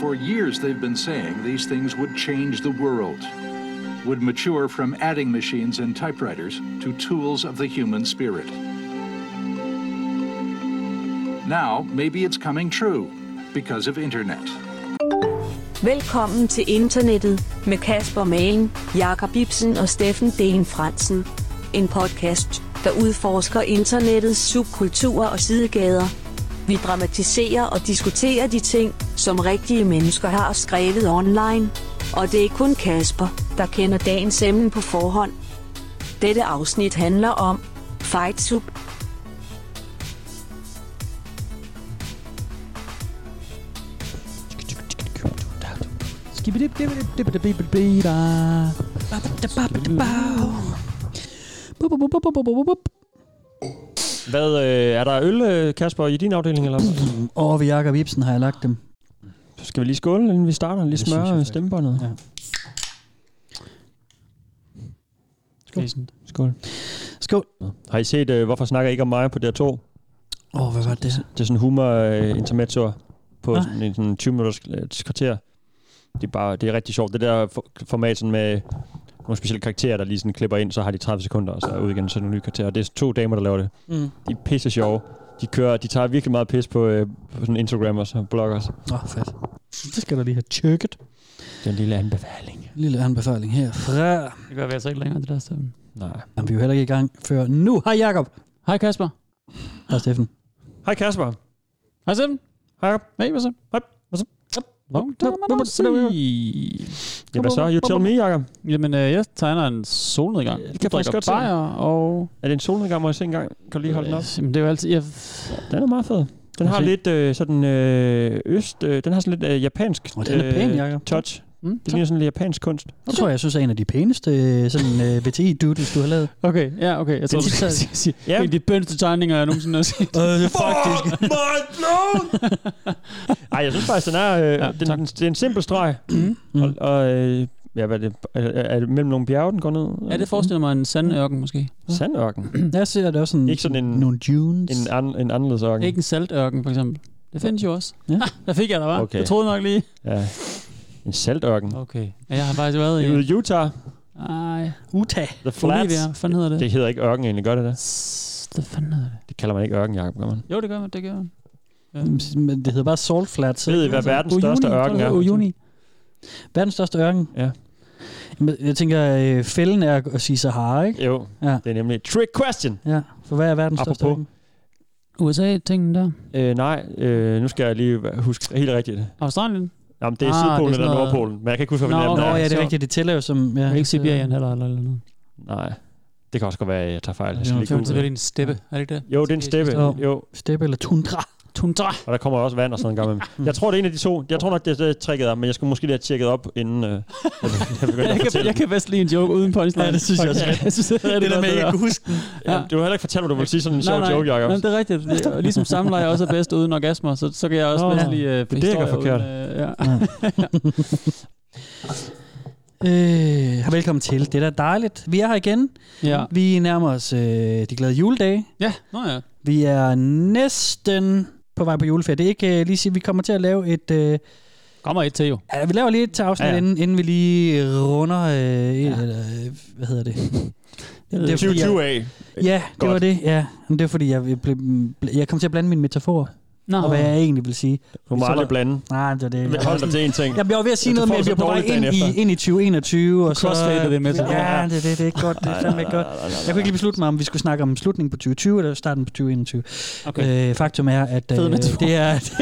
For years, they've been saying these things would change the world, would mature from adding machines and typewriters to tools of the human spirit. Now, maybe it's coming true because of internet. Velkommen til internettet med Kasper Malen, Jakob Ibsen og Steffen Dehn Fransen. En podcast, der udforsker internettets subkulturer og sidegader. Vi dramatiserer og diskuterer de ting, som rigtige mennesker har skrevet online. Og det er kun Kasper, der kender dagens emne på forhånd. Dette afsnit handler om Fightsub. Hvad, øh, er der øl, øh, Kasper, i din afdeling? Eller? hvad? Og ved Jakob Ibsen har jeg lagt dem. Så Skal vi lige skåle, inden vi starter? Lige Det synes jeg smøre faktisk. stemmebåndet? Ja. Skål. Skål. Skål. Skål. Har I set, øh, hvorfor snakker I ikke om mig på DR2? Åh, oh, hvad var det? Det er sådan humor øh, intermezzo på Nej. sådan en sådan 20 minutters øh, kvarter. Det er, bare, det er rigtig sjovt. Det der for- format sådan med nogle specielle karakterer, der lige sådan klipper ind, så har de 30 sekunder, og så er ud igen, så er det nogle nye karakterer. Og det er to damer, der laver det. Mm. De er pisse sjove. De, kører, de tager virkelig meget pis på, øh, på sådan Instagrammers og bloggers. Åh, oh, fedt. Det skal du lige have tjekket. Det er en lille anbefaling. En lille anbefaling herfra. Det gør vi altså ikke længere, det der stemme. Nej. Jamen, vi er jo heller ikke i gang før nu. Hej Jakob. Hej Kasper. Hej Steffen. Hej Kasper. Hej Steffen. Hej Jacob. Hej, hvad så? Hej. Hvad så? Nå, det må man også sige. Ja, hvad så? You tell me, Jacob. Jamen, øh, jeg tegner en solnedgang. Ja, det kan Jeg jeg faktisk drikker godt se. bajer, og... Øh, Er det en solnedgang, må jeg se en gang? Kan du lige holde den op? Jamen, det er jo altid... Jeg... Den er meget fed. Den Må har jeg se? lidt øh, sådan øh, øst... Øh, den har sådan lidt øh, japansk Åh, den er pæn, Jacob. touch. Mm, Det ligner sådan lidt japansk kunst. Det tror jeg, jeg synes er en af de pæneste sådan uh, BTI-doodles, du har lavet. okay, ja, okay. Jeg tror, du skal sige, Ja. ja. en af de bedste tegninger, jeg nogensinde har set. Øh, det er faktisk. my no! Ej, jeg synes faktisk, den er... Øh, ja, den, tak. den, det er en simpel streg. Mm. Og, og øh, ja, hvad er det? Er, er det mellem nogle bjerge, den går ned? Ja, det forestiller mig en sandørken, måske. Sandørken. Jeg ser det også sådan, Ikke sådan en- nogle dunes. En, an, en anderledes ørken. Ikke en saltørken, for eksempel. Det findes jo også. Ja. Ja. der fik jeg der, var. Okay. Okay. Jeg troede nok lige. Ja. En saltørken. Okay. Ja, jeg har faktisk været i... Det er ude i Utah. Ej, Utah. The Bolivia. Flats. Hvad fanden hedder det? Det hedder ikke ørken egentlig, gør det det? S- Hvad fanden hedder det? Det kalder man ikke ørken, Jacob, gør man? Jo, det gør man. Det gør man. Ja. Men det hedder bare Salt Flats. Så ved I, hvad verdens største ørken er? Ujuni. Verdens største ørken. Ja. Jamen, Jeg tænker, øh, fælden er at sige Sahara, ikke? Jo, Ja. det er nemlig et trick question. Ja, for hvad er verdens største Apropos. ørken? USA-tingen der. Øh, nej, øh, nu skal jeg lige huske helt rigtigt. Australien. Jamen, det er Ah, Sydpolen det er eller sådan noget- Nordpolen, men jeg kan ikke huske, hvad Nå, no, Nå, det okay. er. ja, det er så- rigtigt. Det tæller jo som... Ja, Ja, ikke Sibirien heller eller, eller noget. Nej, det kan også godt være, at jeg tager fejl. Jeg skal Ja, lige det er google det. en steppe, er det ikke det? Jo, det er en steppe. sidste år. Jo, Steppe eller tundra. Tundra. og der kommer også vand og sådan en gang med. Jeg tror, det er en af de to. Jeg tror nok, det er det, tricket er, men jeg skulle måske lige have tjekket op, inden øh, jeg begyndte at Jeg kan, fortælle. jeg kan bedst lide en joke uden punchline. Ja, det synes jeg også. Jeg synes, det er det, der med, jeg kunne huske. Ja, du har heller ikke fortalt mig, du ville sige sådan en sjov joke, Jacob. Jamen, det er rigtigt. Det, og ligesom samleje også er bedst uden orgasmer, så, så kan jeg også Nå, bedst ja. lide øh, det er ikke historier forkert. Uden, øh, ja. Øh, velkommen til. Det er da dejligt. Vi er her igen. ja. Vi nærmer os øh, de glade juledage. Ja, nå ja. Vi er næsten på vej på juleferie. Det er ikke øh, lige sige, vi kommer til at lave et... Øh, Kommer et til jo. ja, vi laver lige et til afsnit, Ja, ja, ja. ja. Inden, inden vi lige runder... Øh, ja. eller, øh, hvad hedder det? ved er, fordi, 2020 jeg, af. ja, det Godt. var det. Ja. Men det var fordi, jeg, blev, jeg kom til at blande mine metaforer, Nå, og hvad jeg egentlig vil sige. Du må Så- aldrig blande. Nej, det var det. Jeg Hold dig til en ting. Jamen, jeg var ved at sige Ja, du noget med, får at det vi var på så vej dårligt ind dagen i, efter. ind i 2021. Og så, crossfaded det med til. Ja, det, det, det er godt. Det er fandme godt. Jeg kunne ikke lige beslutte mig, om vi skulle snakke om slutningen på 2020 eller starten på 2021. Okay. Øh, faktum er, at øh, Fed metafor. det er det,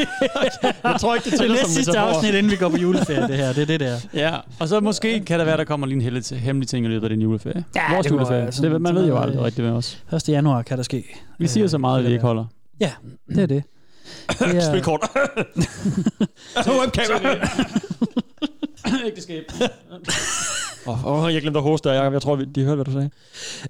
Jeg tror ikke, det det tæller næste som sidste metafor. afsnit, inden vi går på juleferie, det her. Det er det der. Ja, og så måske kan der være, der kommer lige en hel- hemmelig ting i løbet af din juleferie. Ja, Vores det kunne juleferie. være Det, sådan- ved- man ved jo sådan aldrig Hmm. noget, rigtigt med os. 1. januar kan der ske. Vi siger så meget, at vi ikke holder. Det er det. det Spil kort. Åh, en kamera. Ægteskab. Åh, oh, jeg glemte at hoste der, Jacob. Jeg tror, vi- de hørte, hvad du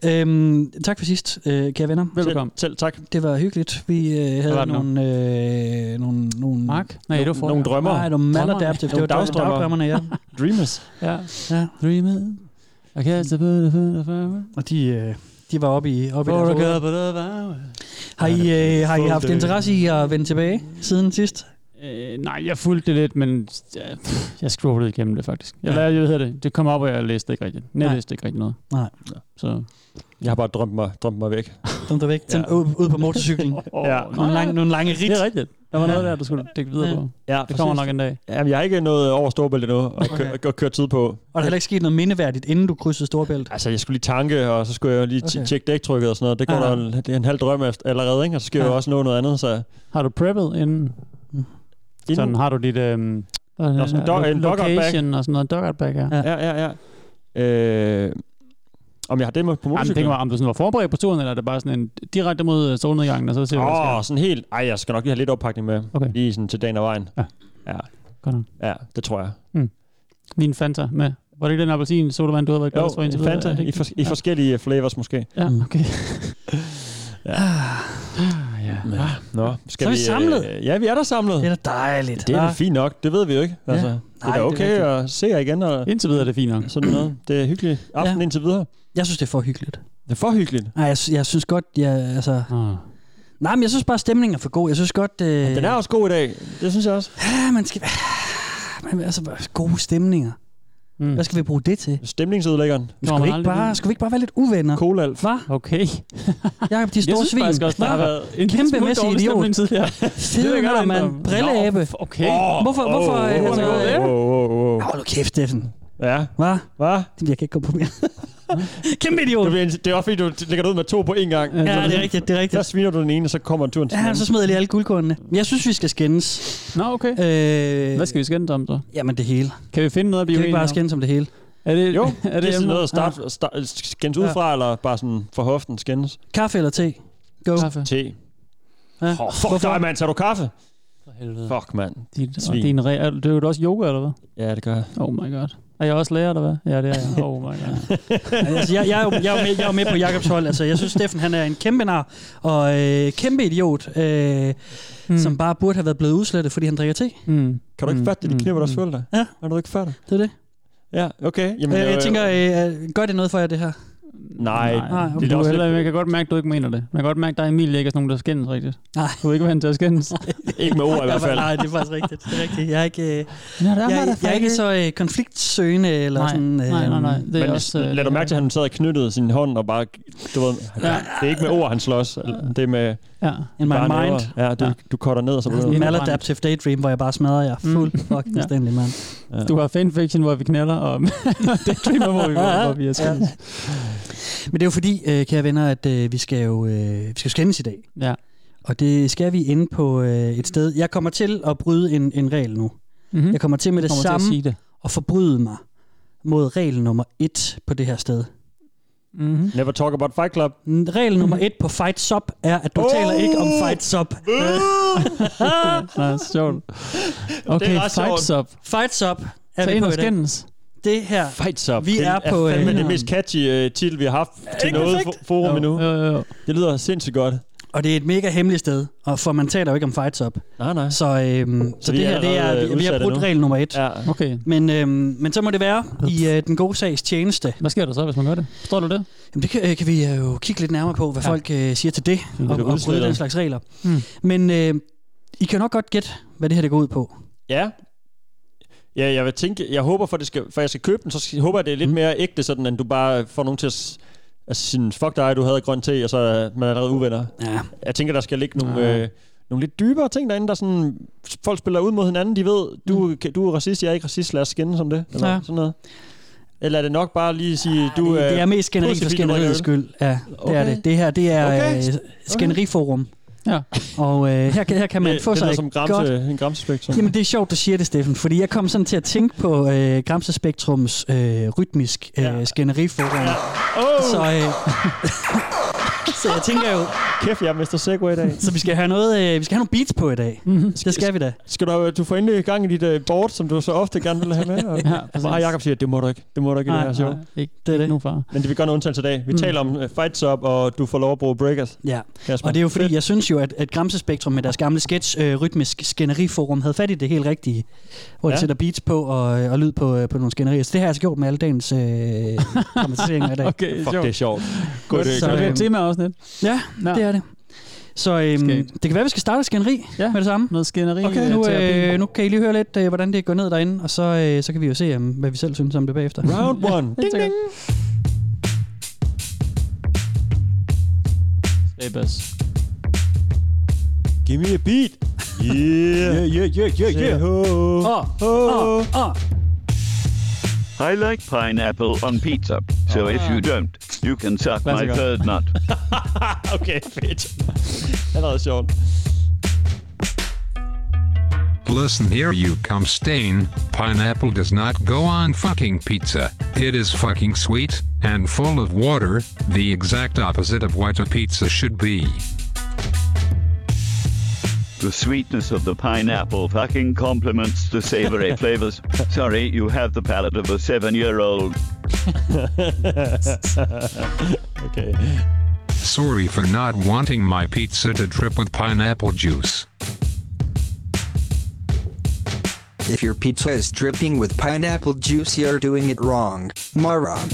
sagde. øhm, tak for sidst, øh, kære venner. Velbekomme. Selv, selv tak. Det var hyggeligt. Vi øh, var havde det nu? nogle, øh, nogle, nogle... Mark? Nej, det var for. Nogle drømmer. Nej, det var maladaptive. Det var Nogle dagdrømmer. dagdrømmerne, ja. Dreamers. Ja. ja. Dreamet. Og kaste på det, på det, på det. Og de, øh, de var oppe i, oppe i Hvor deres du hoveder. gør på det, hvad? Har I, øh, har I haft Fået, øh, interesse i at vende tilbage siden sidst? Øh, nej, jeg fulgte det lidt, men jeg, jeg scrollede igennem det faktisk. Jeg, Ja. ja. jeg, hvad hedder det? Det kom op, og jeg læste ikke rigtigt. Jeg Nej. læste ikke rigtig noget. Nej. Så, Jeg har bare drømt mig, drømt mig væk. Dem der væk. Den, Ja. ud, ud på motorcyklen. ja. Nogle lange, nogle lange rit. Det er rigtigt. Der var noget der, du skulle dække videre Ja. ja. på. Ja, Det kommer nok en dag. Jamen, jeg har ikke noget over storbælt endnu, og okay. kørt, kørt tid på. Og der er heller ikke sket noget mindeværdigt, inden du krydsede Storebælt. Altså, jeg skulle lige tanke, og så skulle jeg lige Okay. okay. tjekke dæktrykket og sådan noget. Det går Ja. ja. der en, det er en halv drøm efter- allerede, ikke? Og så skal jeg Ja. jo også nå noget andet, så... Har du preppet inden? Inden- Sådan har du dit... Øhm, hvad hedder sådan en det? dog- en dugout bag. location og sådan noget. Dugout bag, ja. Ja. Ja, ja, ja. Øh, om jeg har det med på Jamen, tænk motorcyklen? mig, om du sådan var forberedt på turen, eller er det bare sådan en direkte mod øh, solnedgangen, og så ser du, hvad Åh, der oh, sker? sådan helt... Ej, jeg skal nok lige have lidt oppakning med. Okay. Lige sådan til dagen og vejen. Ja. Ja. Godt nok. Ja, det tror jeg. Lige en Fanta med. Var det ikke den appelsin sodavand, du havde været glad for indtil Jo, videre? Fanta. Er det I, ikke for, I forskellige flavors måske. det? Ja, okay. Ja. ja. Ja. Nå, skal Så er vi samlet. Øh, ja, vi er der samlet. Det er da dejligt. Det er da Ah, fint nok, det ved vi jo ikke. Ja. Altså, det er Nej, da det er okay at se jer igen og Indtil videre er det fint nok. sådan noget. Det er hyggeligt. Aften Ja. ja. indtil videre. Jeg synes, det er for hyggeligt. Det er for hyggeligt. Nej, jeg, sy- jeg synes godt, jeg, altså... Ah. Nej, men jeg synes bare, stemningen er for god. Jeg synes godt... Øh... Den er også god i dag. Det synes jeg også. Ja, man skal... Men altså, gode stemninger. Mm. Hvad skal vi bruge det til? Stemningsudlæggeren. Skal vi, ikke bare, skal vi ikke bare være lidt uvenner? Kolalf. Hvad? Okay. Jakob, de store jeg synes svin. faktisk også, der har Hva? været en lille Kæmpe smule mæssig dårlig idiot. stemning tidligere. Fede vil jeg mætter, godt mand. indrømme. Brilleabe. Okay. Hvorfor, hvorfor? Åh, øh, åh, altså, hvorfor- åh, åh, åh, åh. Hold nu kæft, Steffen. Ja, Hvad? hvad? Jeg kan ikke komme på mere. Kæmpe idiot. Det bliver en- Det er også fordi, du lægger det ud med to på én gang. Ja, det er rigtigt, det er Der rigtigt. sviner du den ene, og så kommer turen til Ja, den så anden. smed jeg lige alle guldkornene. Men Jeg synes, vi skal skændes. Nå, okay. Øh, Hvad skal vi skændes om så? Jamen, det hele. Kan vi finde noget at Vi blive kan ikke bare uenige om? skændes om det hele. Er det, Jo, er det, sådan emnet? noget at start, start, skændes ud Ja. fra, eller bare sådan for hoften skændes? Kaffe eller te? Go. Kaffe. Te. Ja. Oh, fuck Hvorfor? dig, mand. Tager du kaffe? For helvede. Fuck, mand. Din, og Svin. din re- er, det er jo også yoga, eller hvad? Ja, det gør jeg. Oh my god. Er jeg også lærer, eller hvad? Ja, det er jeg. Oh my god. altså, jeg, jeg, er jo, jeg, er jo med, jeg er jo med på Jakobs hold. Altså, jeg synes, Steffen han er en kæmpe nar og øh, kæmpe idiot, øh, mm. som bare burde have været blevet udslettet, fordi han drikker te. Mm. Kan du ikke Mm, fatte det, de mm, knipper der mm. følger dig? Ja. Har du ikke fattet? Det er det. Ja, okay. Jamen, Øh, jeg tænker, øh, gør det noget for jer, det her? Nej, Nej det er det da er også heller, jeg kan godt mærke, at du ikke mener det. Man kan godt mærke, at der er Emil ikke er sådan nogen, der skændes rigtigt. Nej. Du er ikke vant til at skændes. øh, ikke med ord i hvert Jeg var- fald. Nej, det er faktisk rigtigt. Det er rigtigt. Jeg er ikke, øh, Nå, der jeg, jeg er ikke så øh, konfliktsøgende. Eller Nej, sådan, øh, nej, nej, nej. Det er Men også, øh, lad du mærke til, at han sad og knyttede sin hånd og bare... Du ved, Ja. Det er ikke med ord, han slås. Det er med Ja. In my bare mind. næver. Ja, du, Ja. du cutter ned, og så Jeg har bliver sådan en Indebrændte. maladaptive daydream, hvor jeg bare smadrer jer fuld mm. fucking ja. mand. Du har fanfiction, hvor vi knaller, og det er klima, hvor vi, hvor vi er skændes. Men det er jo fordi, øh, kære venner, at øh, vi skal jo øh, vi skal jo skændes i dag. Ja. Og det skal vi inde på øh, et sted. Jeg kommer til at bryde en, en regel nu. Mm-hmm. Jeg kommer til med det kommer til samme at sige det. at forbryde mig mod regel nummer et på det her sted. Mm-hmm. Never talk about Fight Club. Mm, Regel nummer et på Fight Sub er, at du oh! Oh! taler ikke om Fight Sub. Øh, Nej, sjovt. Okay, ret fights up. Fight Sub er Tag vi ind på og i dag. skændes. Det her. Fights up. Vi det er på, Er fandme øh, det mest catchy øh, titel, vi har haft til ikke noget perfekt? fo- forum endnu. Jo, jo, jo. Det lyder sindssygt godt. Og det er et mega hemmeligt sted, og for man taler jo ikke om Fight Sub. Nej, nej. Så, øhm, så, så vi det er her, det er, allerede, vi, øh, vi har udsatte brudt nu? regel nummer et. Ja. Ja. Okay. Men, øhm, men så må det være i øh, den gode sags tjeneste. Hvad sker der så, hvis man gør det? Forstår du det? Jamen det kan, øh, kan vi øh, jo kigge lidt nærmere på, hvad ja. Ja. folk øh, siger til det, og, Det er og det bryde udsletter. den slags regler. Mm. Men øh, I kan nok godt gætte, hvad det her det går ud på. Ja. Ja, jeg vil tænke, jeg håber, for, det skal, for jeg skal købe den, så skal, håber jeg, det er lidt Mm. mere ægte, sådan at du bare får nogen til at s- altså, sige, fuck dig, du havde grøn te, og så er man allerede uvenner. Ja. Jeg tænker, der skal ligge nogle, Ja. øh, nogle lidt dybere ting derinde, der sådan, folk spiller ud mod hinanden, de ved, du, mm. du er racist, jeg er ikke racist, lad os skændes om det, eller Ja. ja. sådan noget. Eller er det nok bare lige at sige, du øh, det, det er er... mest skænderi for pudsigt, fordi du skænderiets drikker skyld. Ja, det okay. er Okay. det. Det her, det er okay. Okay. øh, skænderiforum. Ja. Og øh, her, kan- her kan man det, få det sig lyder et som godt... gramse, en gramsespektrum. Jamen, det er sjovt, du siger det, Steffen, fordi jeg kom sådan til at tænke på øh, Gramsespektrums øh, rytmisk øh, Ja. skænderiforum. Ja. Åh, Så, øh, så jeg tænker jo, kæft, jeg er Mr. Segway i dag. så vi skal have noget, øh, vi skal have nogle beats på i dag. Mhm. Mm-hmm. Det skal vi da. Skal du, du får endelig gang i dit uh, board, som du så ofte gerne vil have med? Og Ja, præcis. bare Jacob siger, det må du ikke, det må du ikke i det her show. ikke, Det er det. nu, far. Men det vil gøre en undtagelse i dag. Vi mm. taler om uh, fights up, og du får lov at bruge breakers, Ja. Kasper. Og det er jo fordi, jeg synes jo, at, at Gramsespektrum med deres gamle sketch, øh, Rytmisk Skænderiforum, havde fat i det helt rigtige, hvor de Ja. sætter beats på og, øh, og lyd på, øh, på nogle skænderier. Så det har jeg altså gjort med alle dagens øh, kommenteringer i dag. Okay, Fuck, det er sjovt. Godt, Godt, så øh, det er et tema også lidt. Ja, Nå. det er det. Så øhm, Skægt. det kan være, vi skal starte skænderi Ja. ja. med det samme. Noget skænderi. Okay, nu, øh, nu kan I lige høre lidt, øh, hvordan det går ned derinde, og så, øh, så kan vi jo se, øhm, hvad vi selv synes om det bagefter. Round one. Ding, ding. Hey, Bas. Give me a beat. Yeah. yeah, yeah, yeah, yeah, yeah. Oh. Oh. Åh, åh. I like pineapple on pizza. So if you don't, you can suck Ah. That's my a good- third nut. Okay, fedt. Det er sjovt. Listen here, you cum stain. Pineapple does not go on fucking pizza. It is fucking sweet and full of water, the exact opposite of what a pizza should be. The sweetness of the pineapple fucking complements the savory flavors. Sorry, you have the palate of a seven year old. Okay. Sorry for not wanting my pizza to drip with pineapple juice. If your pizza is dripping with pineapple juice, you're doing it wrong, moron.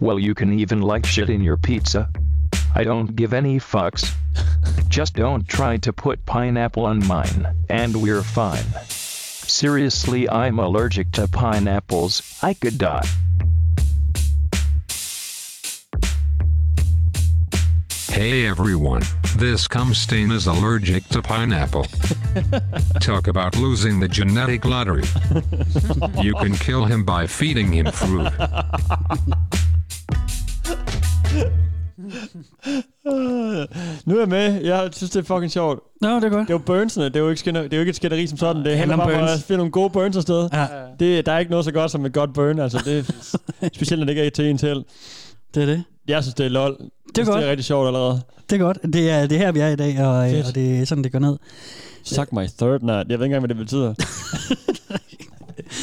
Well, you can even like shit in your pizza. I don't give any fucks. Just don't try to put pineapple on mine, and we're fine. Seriously, I'm allergic to pineapples. I could die. Hey everyone, this cum stain is allergic to pineapple. Talk about losing the genetic lottery. You can kill him by feeding him fruit. Nu er jeg med. Jeg synes, det er fucking sjovt. Nå, det er godt. Det er jo burnsene. Det er jo ikke, skænder, det er jo ikke et skænderi som sådan. Det handler handler om bare om at burns. finde nogle gode burns afsted. Ja, Det, der er ikke noget så godt som et godt burn. Altså, det er, specielt når det ikke er til en til. det er det. Jeg synes, det er lol. Det er, godt. det er rigtig sjovt allerede. Det er godt. Det er, det er her, vi er i dag, og, øh, Fedt. og det er sådan, det går ned. Suck my third night. Jeg ved ikke engang, hvad det betyder.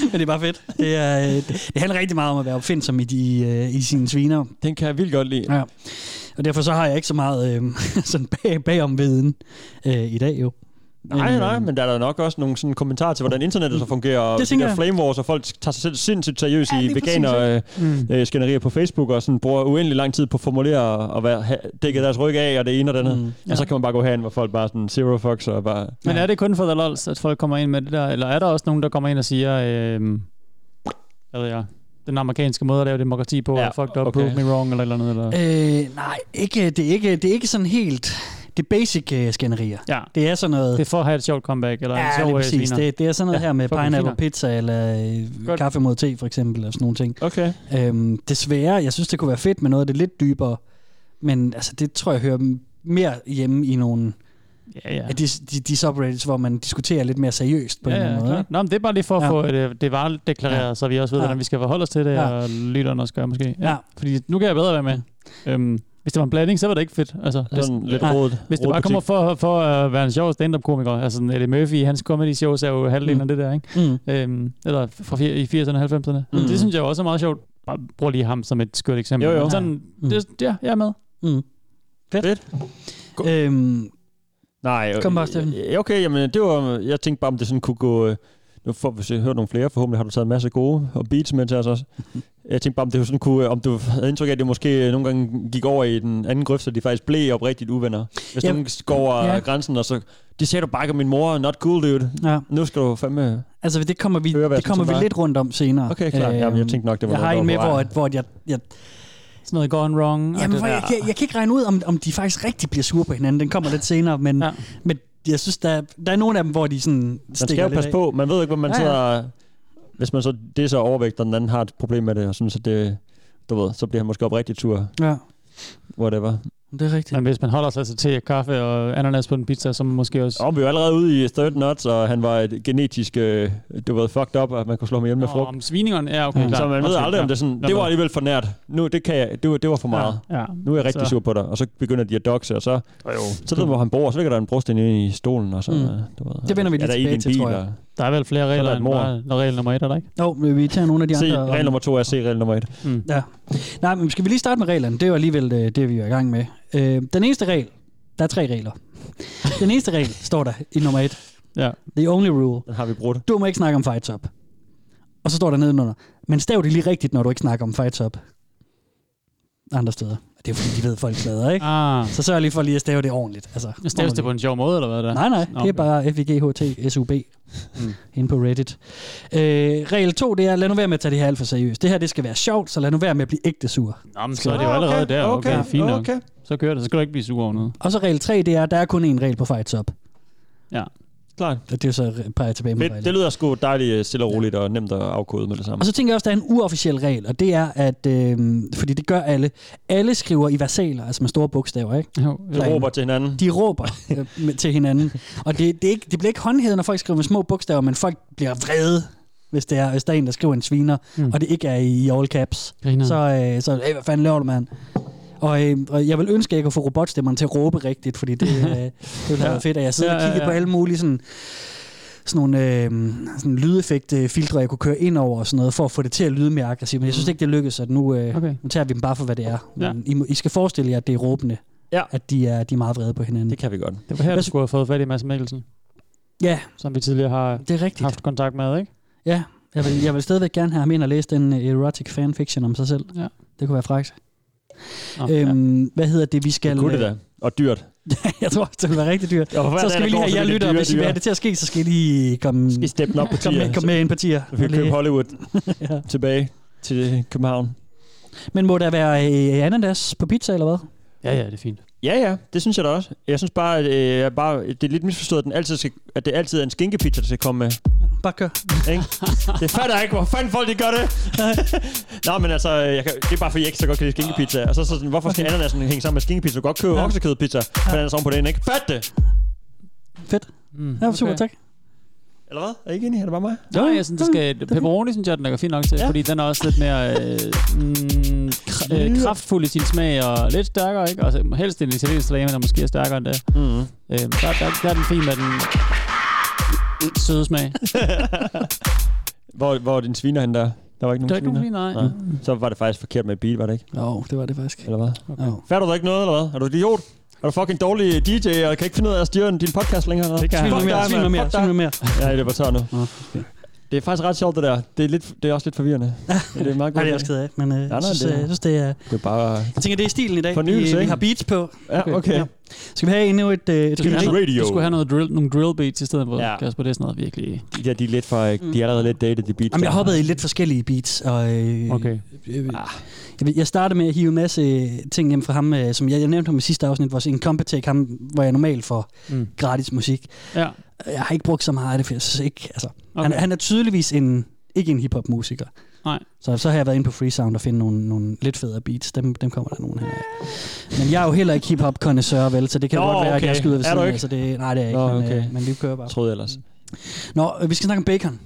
Men det er bare fedt. Det, er, øh, det, det handler rigtig meget om at være opfindsom i, de, øh, i sine sviner. Den kan jeg vildt godt lide. Ja. Og derfor så har jeg ikke så meget øh, sådan bag, bagom viden øh, i dag jo. Nej, Men, nej, øh, men der er da nok også nogle sådan kommentarer til, hvordan internettet så fungerer, og Det det de tænker der jeg. flame wars, og folk tager sig selv sindssygt seriøst Ja, ja, i lige præcis, veganer øh, øh, skænderier på Facebook, og sådan bruger uendelig lang tid på at formulere og være, ha, dække deres ryg af, og det ene og det andet. Mm, Mm, ja. Og så kan man bare gå herhen, hvor folk bare sådan zero fucks, og bare... Men er det kun for The Lols, at folk kommer ind med det der? Eller er der også nogen, der kommer ind og siger, øh, hvad ved jeg, den amerikanske måde at lave demokrati på, Ja, ja, er fucked up, okay. okay. prove me wrong, eller et eller andet? Eller? Øh, nej, ikke, det, er ikke, det er ikke sådan helt... Det er basic øh, skænderier. Ja, Det er sådan noget... det er for at have et sjovt comeback, eller en ja, sjov lige øh, præcis. sviner. Det, det er sådan noget ja, Ja, her med fucking pineapple fint. pizza, eller øh, Godt. kaffe mod te, for eksempel, og sådan nogle ting. Okay. Øhm, desværre, jeg synes, det kunne være fedt med noget af det lidt dybere, men altså, det tror jeg hører mere hjemme i nogle Ja, ja. af de, de, de subreddits, hvor man diskuterer lidt mere seriøst på en Ja, eller ja, anden måde. klart. Nå, men det er bare lige for at Ja. ja. få det, det var deklareret, Ja. ja. så vi også ved, Ja. hvordan vi skal forholde os til det, Ja. ja. og lytteren også gør måske. Ja. Fordi nu kan jeg bedre være med. Øhm, hvis det var en blanding, så var det ikke fedt. Altså, hvis, Sådan lidt ja. rodet. hvis det bare rodet kommer butik. for, for at være en sjov stand-up-komiker, altså sådan Eddie Murphy, hans comedy shows er jo halvdelen Mm. mm. af det der, ikke? Mm. Øhm, eller fra fir- i 80'erne og 90'erne. Mm. Mm. Det synes jeg også er meget sjovt. Bare brug lige ham som et skørt eksempel. Jo, Mm. jo. Men Sådan, Ja. ja. Det, ja, jeg er med. Øhm, Nej, øh, Kom bare, Steffen. øh, Okay, jamen det var... Jeg tænkte bare, om det sådan kunne gå... øh, Nu får vi se, hørt nogle flere, forhåbentlig har du taget en masse gode og beats med til os også. Jeg tænkte bare, om, det var sådan kunne, øh, om du havde indtryk af, at det måske øh, nogle gange gik over i den anden grøft, så de faktisk blev oprigtigt uvenner. Hvis Jamen, nogen går over ja. ja. grænsen, og så... Det sagde du bare ikke om min mor, not cool dude. ja. Nu skal du fandme... Altså, det kommer vi, Høre, hvad det jeg kommer synes vi om dig. lidt rundt om senere. Okay, klart. Jamen, jeg tænkte nok, det var Øhm, jeg har noget, der en var med, på vej. hvor, at, hvor at jeg, jeg, Sådan noget gone wrong. og jamen, det hvor der. jeg, jeg, jeg kan ikke regne ud, om, om de faktisk rigtig bliver sure på hinanden. Den kommer lidt senere, men, ja. Ja. men jeg synes, der, er- der er nogle af dem, hvor de sådan Man skal stikker jo lidt passe af. på. Man ved ikke, hvor man Ja, ja, ja. sidder... Hvis man så det er så overvægt, og den anden har et problem med det, og sådan, så det... Du ved, så bliver han måske oprigtigt tur. Ja, Whatever. det er rigtigt. Men hvis man holder sig til te og kaffe og ananas på en pizza, så måske også... Og vi var allerede ude i Third Nuts, og han var et genetisk, øh, du ved, fucked up, og man kunne slå ham ihjel med Nå, frugt. Mm. Om sviningerne, ja, okay, Ja. klart. Så man ved Undskyld, aldrig, om ja. det er sådan, Nå, det var nå. alligevel for nært. Nu, det kan jeg, det var, det var for meget. Ja. Nu er jeg rigtig Så- sur på dig. Og så begynder de at dokke sig, og så, så ved man, hvor han bor, og så ligger der en brosten inde i stolen, og så, Mm. mm. du ved, Det vender vi lige er der ild i tilbage en til, bil, tror jeg. og- Der er vel flere er regler der et end mor. bare når regel nummer et, er der ikke? Jo, men vi tager nogle af de Se, andre. om- regel nummer to er, se regel nummer et. Mm. Ja. Nej, men skal vi lige starte med reglerne? Det er jo alligevel øh, det, vi er i gang med. Øh, den eneste regel, der er tre regler. Den eneste regel står der i nummer et. Ja. The only rule. Den har vi brudt. Du må ikke snakke om fights up. Og så står der nedenunder, men stav det lige rigtigt, når du ikke snakker om fights up. andre steder. Det er jo fordi, de ved, at folk slader, ikke? Ah. Så sørg lige for lige at stave det ordentligt. Altså, Staves det på en sjov måde, eller hvad der? Nej, nej. Det er bare FIGHTSUB mm. inde på Reddit. Øh, regel 2, det er, lad nu være med at tage det her alt for seriøst. Det her, det skal være sjovt, så lad nu være med at blive ægte sur. Nå, men så er det Ah, jo allerede der. Okay, okay fint nok. Okay. Så kører det. Så skal du ikke blive sur over noget. Og så regel 3, det er, der er kun én regel på Fights Up. Ja, klart. Det er jo så peger tilbage med Det, det lyder sgu dejligt øh, stille og roligt og nemt at afkode med det samme. Og så tænker jeg også, der er en uofficiel regel, og det er, at, øh, fordi det gør alle, alle skriver i versaler, altså med store bogstaver, ikke? Jo, de råber til hinanden. De råber øh, med- til hinanden. Og det, det, er ikke, det bliver ikke håndhævet, når folk skriver med små bogstaver, men folk bliver vrede, hvis, det er, hvis der er en, der skriver en sviner, mm. og det ikke er i, i all caps. Griner. Så, øh, så øh, hvad fanden laver du, mand? Og, øh, og jeg vil ønske, at jeg kunne få robotstemmerne til at råbe rigtigt, fordi det, øh, det ville have været fedt, at jeg sidder ja, og Ja, ja, kigger ja, ja. på ja. alle mulige sådan, sådan nogle øh, sådan lydeffektfiltre, jeg kunne køre ind over og sådan noget, for at få det til at lyde mere aggressivt. Men jeg synes ikke, det lykkedes, at nu, øh, okay. Okay. nu tager vi dem bare for, hvad det er. Ja. Men I, må- I skal forestille jer, at det er råbende. Ja. At de er, de er meget vrede på hinanden. Det kan vi godt. Det var her, Hvad du sy- skulle have fået fat i Mads Mikkelsen, Ja, som vi tidligere har det er rigtigt. haft kontakt med, ikke? Ja, jeg vil, jeg vil stadigvæk gerne have ham ind og læse den øh, erotic fanfiction om sig selv. Ja. Det kunne være frakt. Nå, ja. Øhm, Hvad hedder det, vi skal... Det kunne øh, det da. Og dyrt. jeg tror også, det vil være rigtig dyrt. Og for hver så dag, skal der vi lige går, have så jer bliver det lytter, dyrere hvis I og vil have dyrere. det til at ske, så skal I lige komme, Vi steppe den op på kom med, tier, kom så med ind på tier. vi kan købe Hollywood Ja. tilbage til København. Men må der være øh, ananas på pizza, eller hvad? ja, ja, det er fint. Ja, ja, det synes jeg da også. Jeg synes bare, at, øh, jeg bare det er lidt misforstået, at, den altid skal, at det altid er en skinkepizza, der skal komme med. Bare kør. Ikke? Det fatter jeg ikke, hvor fanden folk de gør det. Nå, men altså, jeg kan, det er bare fordi, jeg ikke så godt kan lide skinkepizza. Og så, så sådan, hvorfor skal ananasen hænge sammen med skinkepizza? Du kan godt købe ja. oksekødpizza, men ananas ovenpå den, ikke? Fat det! Fedt. Mm, Ja, super, tak. Eller hvad? Er I ikke enige? Er det bare mig? Nej, jeg synes, det skal... Pepperoni, synes jeg, den er fint nok til, Ja. ja. fordi den er også lidt mere øh, mm, kr- øh, kraftfuld i sin smag og lidt stærkere, ikke? Og så helst en italiensk salami, der måske er stærkere end det. Mm. Øh, der, der, der, er den fin med den søde smag. Hvor, hvor er din sviner hen der? Der var ikke Der er nogen ikke nogen lige, sviner. nej. Nej. Så var det faktisk forkert med et bil, var det ikke? Jo, oh, det var det faktisk. Eller hvad? Okay. Oh. Fatter du ikke noget, eller hvad? Er du idiot? Er du fucking dårlig DJ, og kan ikke finde ud af at styre din podcast længere? Eller? hvad? Svin Fuck noget mere, dig, svin noget mand. mere, Fuck svin dig. noget mere. Ja, jeg løber tør nu. Nå, okay. Det er faktisk ret sjovt, det der. Det er, lidt, det er også lidt forvirrende. det er meget Nej, godt. det er jeg også ked af, men øh, nej, jeg synes, det er- øh, jeg synes, det er... det er bare... Jeg tænker, det er stilen i dag. Fornyelse, vi, vi ikke? har beats på. Ja, okay. Ja. Skal vi have endnu et, øh, et Du skulle, Use have, radio. du skulle have noget drill, nogle drill beats i stedet for, Ja. ja. Kasper. Det er sådan noget virkelig... De der, de er lidt for... De er allerede lidt dated, de beats. Jamen, jeg der. hoppede i lidt forskellige beats, og øh, okay. Okay. øh, jeg, ved- jeg startede med at hive en masse øh, ting hjem fra ham, øh, som jeg, jeg nævnte ham i sidste afsnit, vores Incompetech, ham, hvor jeg normalt får Mm. gratis musik. Ja. Jeg har ikke brugt så meget af det, for jeg synes ikke, altså, okay. Okay. han, han er tydeligvis en, ikke en hiphop-musiker. Nej. Så, så har jeg været inde på Freesound og finde nogle, nogle lidt federe beats. Dem, dem kommer der nogen her. Men jeg er jo heller ikke hiphop konnesseur vel, så det kan jo Nå, godt være, at okay. jeg skyder ved Er du siden af, ikke? Så det, nej, det er jeg ikke, Nå, men, okay. øh, men vi kører bare. troede jeg ellers. Nå, øh, vi skal snakke om bacon.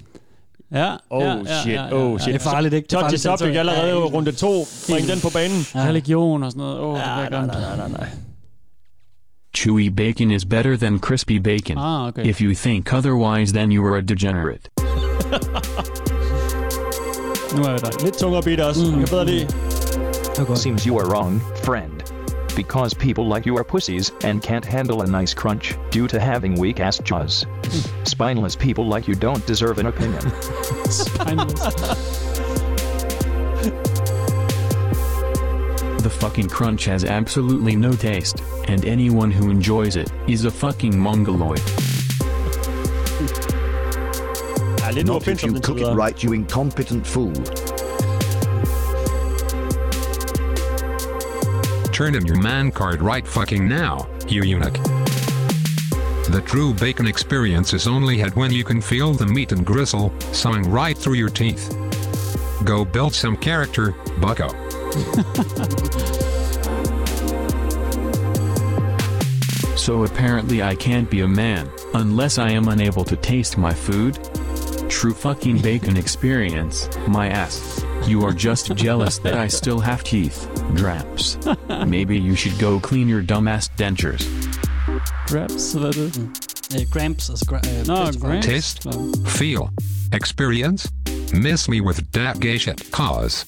Ja. Oh ja, shit, oh shit. Det er farligt, ikke? Det er Touch farligt the topic territorium. allerede Ja, runde to. Bring den på banen. Ja. Religion og sådan noget. Åh, oh, det er grimt. nej, nej, nej. Chewy bacon is better than crispy bacon. Ah, okay. If you think otherwise, then you are a degenerate. Nu er vi der. Lidt tungere beat også. Mm. Jeg kan bedre lide. det er godt. Seems you are wrong, friend. Because people like you are pussies and can't handle a nice crunch due to having weak ass jaws. Spineless people like you don't deserve an opinion. Spineless. The fucking crunch has absolutely no taste, and anyone who enjoys it is a fucking mongoloid. Ja, Not lidt if uopfindsom you den cook it tider. right, you incompetent fool. Turn in your man card right fucking now, you eunuch. The true bacon experience is only had when you can feel the meat and gristle sawing right through your teeth. Go build some character, bucko. So apparently, I can't be a man unless I am unable to taste my food. True fucking bacon experience, my ass. You are just jealous that I still have teeth, draps. Maybe you should go clean your dumbass dentures. Raps, hvad er det? Øh, Gramps, altså... Gra- øh, Nå, bedstefar. Gramps. Taste. Feel. Experience. Miss me with that gay shit cause.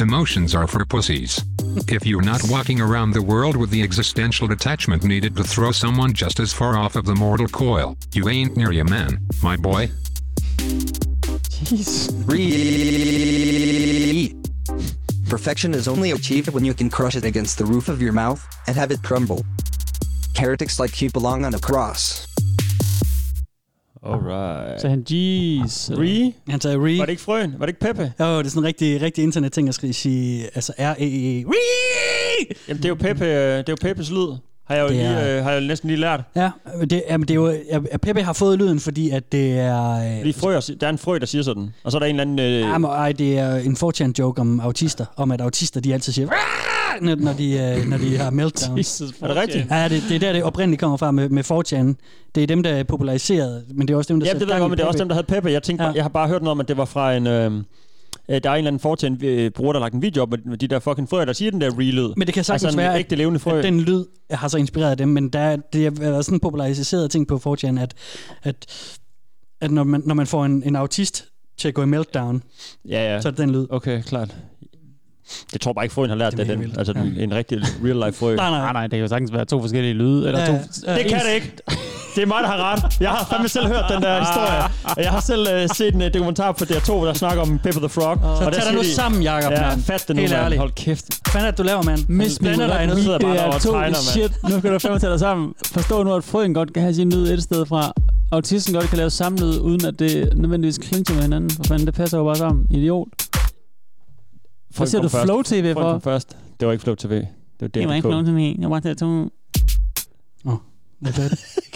Emotions are for pussies. If you're not walking around the world with the existential detachment needed to throw someone just as far off of the mortal coil, you ain't near your man, my boy. Jeez. Re- Perfection is only achieved when you can crush it against the roof of your mouth and have it crumble. Heretics like you belong on a cross. Alright. Så han, jeez. Re? Han sagde re. Var det ikke frøen? Var det ikke Peppe? Jo, oh, det er sådan en rigtig, rigtig internetting, at skal sige, altså r e e re! Jamen, det er jo Peppe, øh, det er jo Peppes lyd. Har jeg jo Det lige, er- øh, har jeg jo næsten lige lært. Ja, men det, jamen, det er jo, at- at Peppe har fået lyden, fordi at det er... Fordi frøer, si- der er en frø, der siger sådan. Og så er der en eller anden... Øh, Jamen, ej, det er en 4 joke om autister, om at autister, de altid siger, "Rah!" når når de, øh, når de har meltdown. Jesus, Er det rigtigt? Ja, det, det er der, det oprindeligt kommer fra med, med 4 Det er dem, der populariserede, men det er også dem, der Ja, satte det ved jeg gang godt, i men det er også Peppe. dem, der havde Peppe. Jeg, tænkte, ja. jeg har bare hørt noget om, at det var fra en... Øh, øh, der er en eller anden fortjent øh, bruger, der har lagt en video op med- med de der fucking frøer, der siger den der re-lyd. Men det kan sagtens altså, en være, at- ægte levende frø. at den lyd har så inspireret dem, men der, er- det har været sådan en populariseret ting på 4 at, at, at når, man, når man får en, en autist til at gå i meltdown, Ja, ja. så er det den lyd. Okay, klart. Jeg tror bare ikke, frøen har lært det. Det er af mega Den, vildt. altså, den, en rigtig real-life frø. Nej, nej. Ah, Nej, nej, det kan jo sagtens være to forskellige lyde. Eller Ja, to, ja. Det kan det ikke. Det er mig, der har ret. Jeg har fandme selv hørt den der historie. Ah. Og Jeg har selv øh, set en øh, dokumentar på DR2, der snakker om Pepper the Frog. Så der tag dig siger nu de- sammen, Jacob. Ja, mand. fat det nu, Helt mand. ærligt. Hold kæft. Fanden er det, du laver, mand. Altså, Altså, Miss me, blander dig let nu. me- sidder bare det derovre er og to tegner, mand. shit. Nu skal du fandme tage dig sammen. Forstå nu, at frøen godt kan have sin lyd et sted fra. Autisten godt kan lave samme lyd, uden at det nødvendigvis klinger med hinanden. For fanden, det passer jo bare sammen. Idiot. Frøen Hvad ser kom du først. Flow TV Frøen kom for? først. Det var ikke Flow TV. Det var DR2. Det var ikke Flow TV. Jeg var til at tage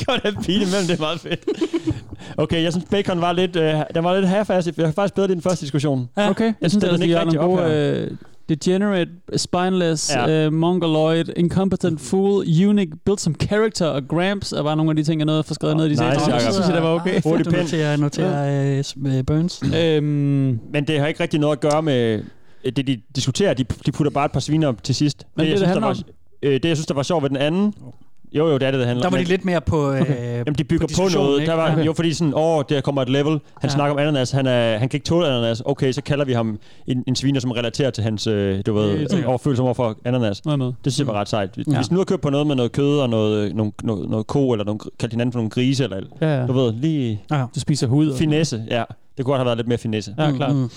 Godt at pile imellem, det er meget fedt. Okay, jeg synes, Bacon var lidt, øh, den var lidt half-assed. Jeg har faktisk bedre i den første diskussion. Ja, okay. Jeg synes, det er den vi ikke altså, har rigtig op nogle her. gode, øh, Degenerate, spineless, Ja. ja. uh, mongoloid, incompetent fool, unique, built some character og gramps, er bare nogle af de ting, jeg nåede at få skrevet ned i de Nice, seneste. Jacob. Så synes jeg, det var okay. Fedt, du noterer, noterer øh, Burns. Øhm, Men det har ikke rigtig noget at gøre med øh, det, de diskuterer. De, de putter bare et par sviner op til sidst. Men jeg det, det synes, der handler var, øh, det, jeg synes, der var sjovt ved den anden... Jo, jo, det er det, det handler Der var om, de men- lidt mere på... Øh, Jamen, de bygger på, på diskussionen, noget. ikke? Der var, Ja. Jo, fordi sådan, åh, der kommer et level. Han Ja. ja. snakker om ananas. Han, er, han kan ikke tåle ananas. Okay, så kalder vi ham en, en sviner, som relaterer til hans, øh, du Det er ved, sikkert. mm. overfølelse over for ananas. Noget med. Det synes jeg var ret sejt. Hvis Ja. ja. vi nu har købt på noget med noget kød og noget, noget, noget, noget ko, eller nogle, kaldt hinanden for nogle grise, eller Ja, ja. du ved, lige Ja. Du spiser hud. finesse. Ja, det kunne godt have været lidt mere finesse. Ja, klart. Mm.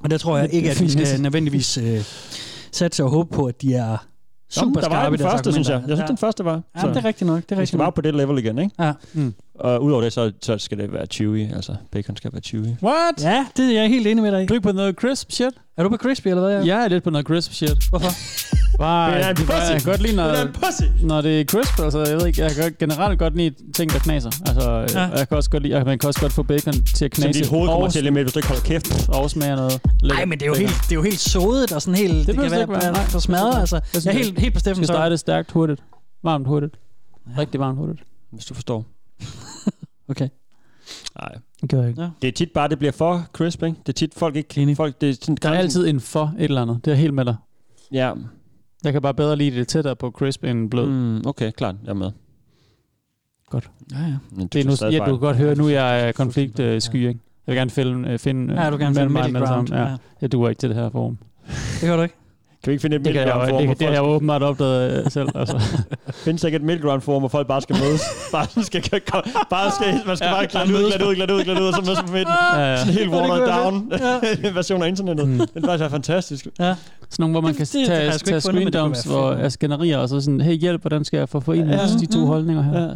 Og der tror jeg ikke, at vi skal nødvendigvis øh, satse og håbe på, at de er super der var skarpe. i den deres første, synes jeg. argumenter. Jeg synes, den første var. Ja, men det er rigtigt nok. Det er Vi rigtigt skal bare nok. op på det level igen, ikke? Ja. Mm. Og udover det, så, så skal det være chewy. Altså, bacon skal være chewy. What? Ja, det er jeg helt enig med dig i. Du er ikke på noget crisp shit? Er du på crispy eller hvad? Jacob? Jeg er lidt på noget crisp shit. Hvorfor? Bare, Det er en det bare, pussy. jeg kan godt lide, når, Det er en pussy. når det er crisp. Altså, jeg ved ikke, jeg kan godt- generelt godt lide ting, der knaser. Altså, Ja. ja. jeg kan også godt lide, man kan også godt få bacon til at knase. Så dit hoved kommer og til at lide med, hvis du ikke holder kæft. Og smager noget. Nej, men det er jo helt, det er jo helt sodet og sådan helt... Det, det kan behøver det være, ikke være. være Nej, for smadret. Altså, jeg synes jeg er ikke. helt, helt på Steffens skal hold. stege det stærkt hurtigt. Varmt hurtigt. Ja. Rigtig varmt hurtigt. Hvis du forstår. Okay. Nej. Det gør jeg ikke. Ja. Det er tit bare, det bliver for crisp, ikke? Det er tit folk ikke... Folk, det er sådan, Der er altid en for et eller andet. Det er jeg helt med dig. Ja. Jeg kan bare bedre lide det tættere på crisp end blød. Mm. Mm, okay, klart. Jeg er med. Godt. Ja, ja. Men Det er tog nu, stadig ja, du fejl. kan godt høre, nu er jeg er konfliktsky, ikke? Jeg vil gerne finde, øh, finde øh, Ja, du vil gerne finde mellem mig og middle mellem ground. sammen. Ja. Ja. Jeg duer ikke til det her forum. Det gør du ikke. Kan vi ikke finde et Det, kan jeg, middelground jo- forum, det, hvor det, det har jeg folk... jo åbenbart opdaget øh, selv. Altså. Findes der ikke et middelground forum, hvor folk bare skal mødes? bare sådan skal... Bare skal... Man skal bare glad ud, glad ud, glad ud, glad ud, og så mødes man på midten. Ja, ja. Sådan en helt Ja, det watered kunne være down version af internettet. Mm. Den faktisk er fantastisk. Ja. Sådan nogle, hvor man kan Det- det har jeg tage, sgu ikke tage fundet, men screen det kunne dumps være fedt. Mhm. og af skænderier, og så sådan, hey hjælp, hvordan skal jeg få forenet ja. de to holdninger her? Ja.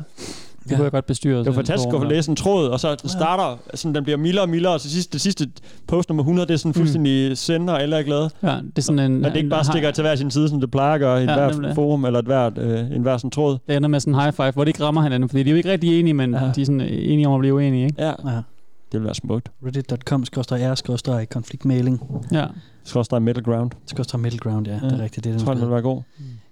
Det kunne jeg godt bestyre. Det var fantastisk at læse en tråd, og så den starter, sådan, den bliver mildere og mildere, og så sidste, det sidste post nummer 100, det er sådan Mm. fuldstændig sender, alle er glade. Ja, det er sådan en... Og det ikke bare stikker til hver sin side, som det plejer at gøre i Ja, ja, hver nemlig. forum eller et hvert, øh, en hver sådan tråd. Det ender med sådan en high five, hvor det ikke rammer hinanden, fordi de er jo ikke rigtig enige, men ja. de er sådan øh, enige om at blive uenige, ikke? Ja, Ja. det vil være smukt. Reddit.com skrøster r skrøster konfliktmailing. Ja. Så også der er middle ground. Skrøster middle ground, ja. Det er rigtigt. Det, er Jeg den tror, den vil sted. være god.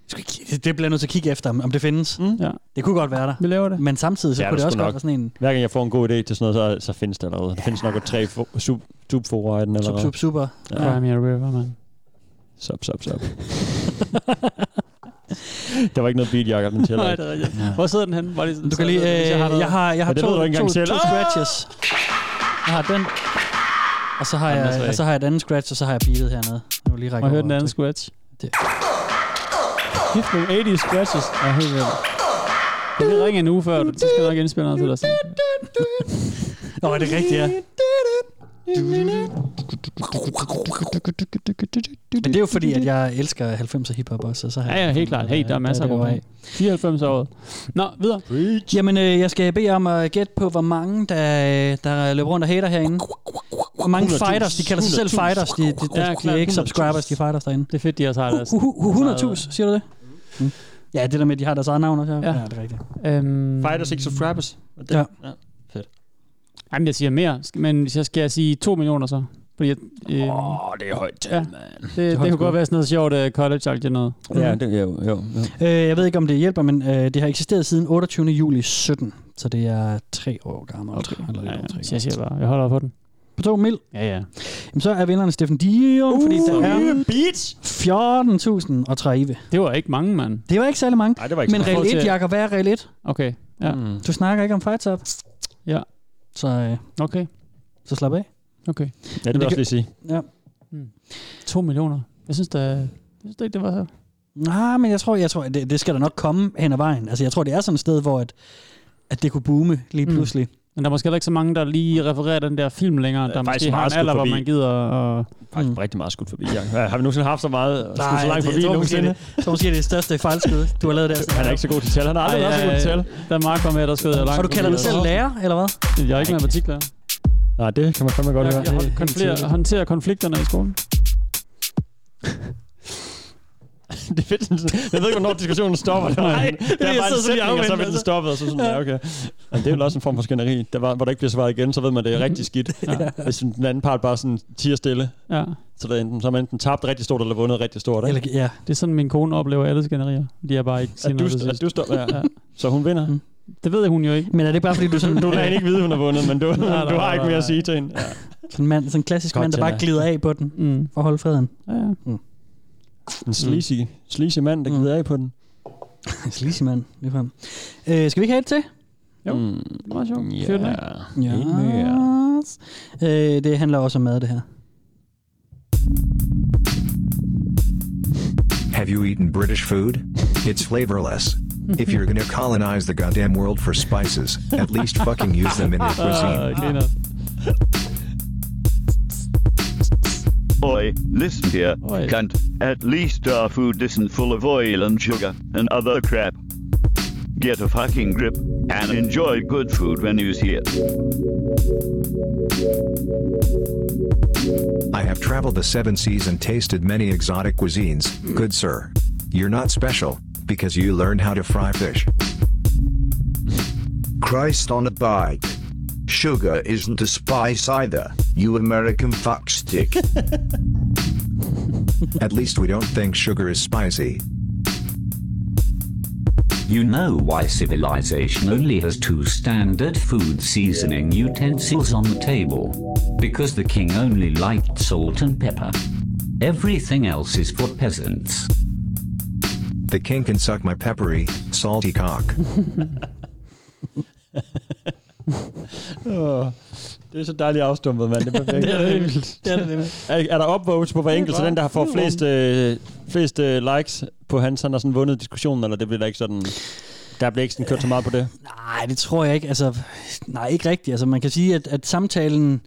Vi skal kigge- det bliver jeg nødt til at kigge efter, om det findes. Mm. Ja. Det kunne godt være der. Vi laver det. Men samtidig så Ja, kunne det det også skulle godt være nok. sådan en Hver gang jeg får en god idé til sådan noget, så, så findes der noget. Der findes nok tre fo- sub, subfora i den sub, allerede. sub, super. Ja. Primary River, man. Sub, sub, sub. der var ikke noget beat, Jacob, den tæller ikke. er rigtigt. Hvor sidder den henne? Var det sådan, Du kan lige, øh, jeg har, jeg har, jeg har Ja, det to, ved du ikke engang to, selv. to Ah! scratches. Jeg har den, og så har, Jamen, jeg, altså, og så har jeg et andet scratch, og så har jeg beatet hernede. Jeg vil lige række Må jeg høre over den anden til- scratch? Det. Kæft nogle 80 scratches. Ja, helt vildt. Jeg vil ringe en uge før, du så skal jeg nok indspille noget til dig. Nå, er det rigtigt, ja. Men det er jo fordi, at jeg elsker 90'er hiphop også. og Så har Ja, ja, helt klart. Hey, der er masser af gode af. 94 året. Nå, videre. Jamen, øh, jeg skal bede om at gætte på, hvor mange, der, øh, der løber rundt og hater herinde. Hvor mange 100.000. fighters, de kalder sig selv 100.000. fighters. De, de, de, Ja, de er klart, ikke 100.000. subscribers, de er fighters derinde. Det er fedt, de også har deres... Uh, uh, uh, 100.000, siger du det? Mm. Ja, det der med, at de har deres eget navn også. Ja, Ja. ja det er rigtigt. Øhm, Fighters, ikke subscribers. Og det- Ja. Jamen, jeg siger mere, sk- men så skal jeg sige 2 millioner så. Fordi, jeg- øhm, Åh, det er højt tal, Ja. mand. det, det kunne godt være sådan noget sjovt uh, college noget. Ja, det, jo, jo, jo. Mm. Øh, jeg ved ikke, om det hjælper, men øh, det har eksisteret siden 28. juli 17, så det er tre år gammelt. Okay. Eller lidt Ja, over ja. tre Så jeg år. siger bare, jeg holder på den. På to mil. Ja, ja. Jamen, så er vinderne Steffen Dion, uh, fordi der er beats! 14.030. Det var ikke mange, mand. Det var ikke særlig mange. Nej, det var ikke Men så Prøv regel til- 1, Jakob, hvad er regel 1? Okay, ja. meget. Mm. Du snakker ikke om fights up. Ja. Så, øh, okay, så slap af. okay. Ja, det vil jeg også lige sige. Ja. 2 millioner. Jeg synes da... Jeg synes da ikke, det var her. Nej, men jeg tror, jeg tror at det, det skal der nok komme hen ad vejen. Altså, jeg tror, det er sådan et sted, hvor at, at det kunne boome lige Mm. pludselig. Mm. Men der er måske heller ikke så mange, der lige refererer den der film længere. Der er Der faktisk måske har meget en alder, skudt hvor forbi. man gider at... Faktisk Mm. rigtig meget skudt forbi. Ja. Ja, Har vi nogensinde haft så meget øh, skudt så langt det, forbi jeg tror måske, nogensinde? det, jeg tror måske, det er det største fejlskud, du har lavet der. Han er ikke så god til tal. Han har aldrig været så god til tal. Der er meget kommet, der skød jeg langt. Og du kalder dig selv lærer, eller hvad? Jeg er ikke matematiklærer. Nej, det kan man fandme godt Jeg, høre. jeg det er helt konfler- tydeligt. håndterer konflikterne i skolen. det er fedt. sådan- Jeg ved ikke, hvornår diskussionen stopper. Nej, det er jeg bare sidder en sådan sætning, lige og så afventer, vil den altså. stoppe, og så sådan, ja, okay. Men det er jo også en form for skænderi, der var, hvor der ikke bliver svaret igen, så ved man, det er rigtig skidt. Ja. Hvis den anden part bare sådan tiger stille, Ja. så, der er enten, så har man enten tabt rigtig stort, eller vundet rigtig stort. Ikke? Eller, ja. Det er sådan, min kone oplever alle skænderier. De er bare ikke At sin du, at du står, ja. Ja. Så hun vinder. Mm. Det ved hun jo ikke. Men er det bare, fordi du er sådan, Du du lader er hende ikke vide, hun har vundet, men du, nej, du har nej, ikke mere at nej. sige til hende. Ja. sådan en mand, sådan en klassisk Godt, mand, der bare Jenna. glider af på den Mm. for at holde freden. Ja, ja. En sleazy, sleazy mand, der Mm. glider af på den. Sleazy mand, lige frem. Øh, skal vi ikke have et til? Jo. Mm. Det er meget sjovt. Ja. Fyr den af. En mere. Yes. Øh, det handler også om mad, det her. Have you eaten British food? It's flavorless. If you're gonna colonize the goddamn world for spices, at least fucking use them in your Ah, cuisine. griner. Oi, listen here, Oi. cunt. At least our food isn't full of oil and sugar and other crap. Get a fucking grip and enjoy good food when you see it. I have traveled the seven seas and tasted many exotic cuisines, good sir. You're not special, because you learned how to fry fish. Christ on a bike. Sugar isn't a spice either, you American fuckstick. At least we don't think sugar is spicy. You know why civilization only has two standard food seasoning utensils on the table? Because the king only liked salt and pepper. Everything else is for peasants. The king can suck my peppery, salty cock. Åh, Det er så dejligt afstumpet, mand. Det er perfekt. Det er det nemlig. Er, er der upvotes på hver enkelt, så den, der har fået Det er flest, øh, flest øh, likes på hans, han har sådan vundet diskussionen, eller det bliver der ikke sådan... Der bliver ikke sådan kørt så meget på det. Nej, det tror jeg ikke. Altså, nej, ikke rigtigt. Altså, man kan sige, at, at samtalen...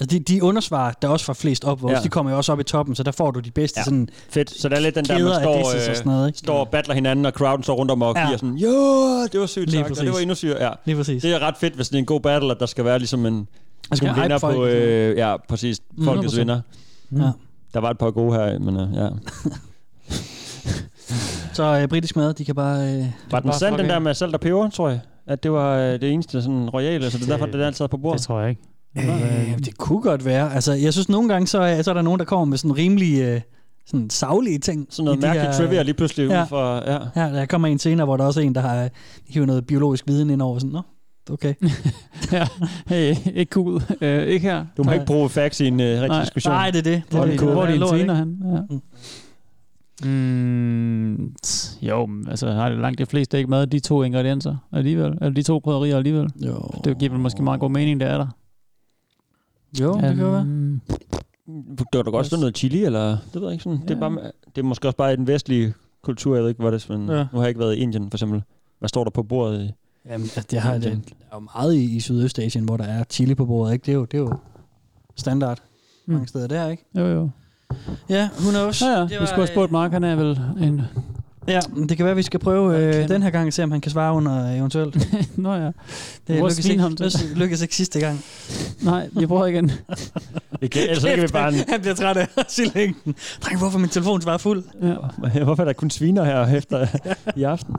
Altså, de, de undersvar, der også var flest opvågs, Ja. ja. de kommer jo også op i toppen, så der får du de bedste Ja. ja. sådan... Fedt. Så det er lidt den der, Kæder man af står, øh, disses og sådan noget, ikke? står og battler hinanden, og crowden står rundt om og Ja. giver sådan, jo, det var sygt Lige sagt, og det præcis. var endnu sygt. Ja. Lige præcis. Det er ret fedt, hvis det er en god battle, at der skal være ligesom en, Man skal en hype vinder folk, på, øh, ja, præcis, folkets 100%. vinder. Ja. Der var et par gode her, men øh, ja. Så øh, britisk mad, de kan bare... Øh, Var den bare sand, fuck den der af. med salt og peber, tror jeg? At det var øh, det eneste sådan royale, så det er derfor, det er altid er på Det bordet. tror jeg ikke. øh, det kunne godt være. Altså, jeg synes, nogle gange, så, er- så er der nogen, der kommer med sådan rimelig øh, sådan saglige ting. Sådan noget I de mærkeligt her- trivia lige pludselig ud Ja. fra, ja. Ja, der kommer en senere, hvor der også er en, der har øh, hivet noget biologisk viden ind over. Sådan, Nå, okay. Ja. Hey, ikke cool. Øh, ikke her. Du må ikke bruge fax i en øh, rigtig Nej. diskussion. Nej, det er det. Hvor er det, det, det, hvor er det en lort, ikke? tiner, han? Ja. Mm. Mm, tss, jo, men altså har det langt de fleste ikke med de to ingredienser alligevel, eller de to krydderier alligevel. Jo. Det giver vel måske meget god mening, det er der. Jo, det kan være. Øhm, Det var da godt sådan noget chili, eller det ved jeg ikke sådan. Det, er Ja. bare, det er måske også bare i den vestlige kultur, jeg ved ikke, hvor det er, men Ja. nu har jeg ikke været i Indien, for eksempel. Hvad står der på bordet? i- Jamen, altså, det har det Indien? er jo meget i, i Sydøstasien, hvor der er chili på bordet, ikke? Det er jo, det er jo standard. mm. mange steder der, ikke? Jo, jo. Ja, who knows? Ja, ja. Det øh, Vi skulle have spurgt Mark, han er vel en... Ja, men det kan være, vi skal prøve øh, den her gang, og se om han kan svare under øh, eventuelt. Nå ja. Det Prøv at lykkedes svine ikke, ham til. det lykkedes ikke sidste gang. Nej, vi prøver igen. Det kan, ellers så kan vi bare... Han bliver træt af os i længden. Dreng, hvorfor er min telefon svarer fuld? Ja. Hvorfor er der kun sviner her efter i aften?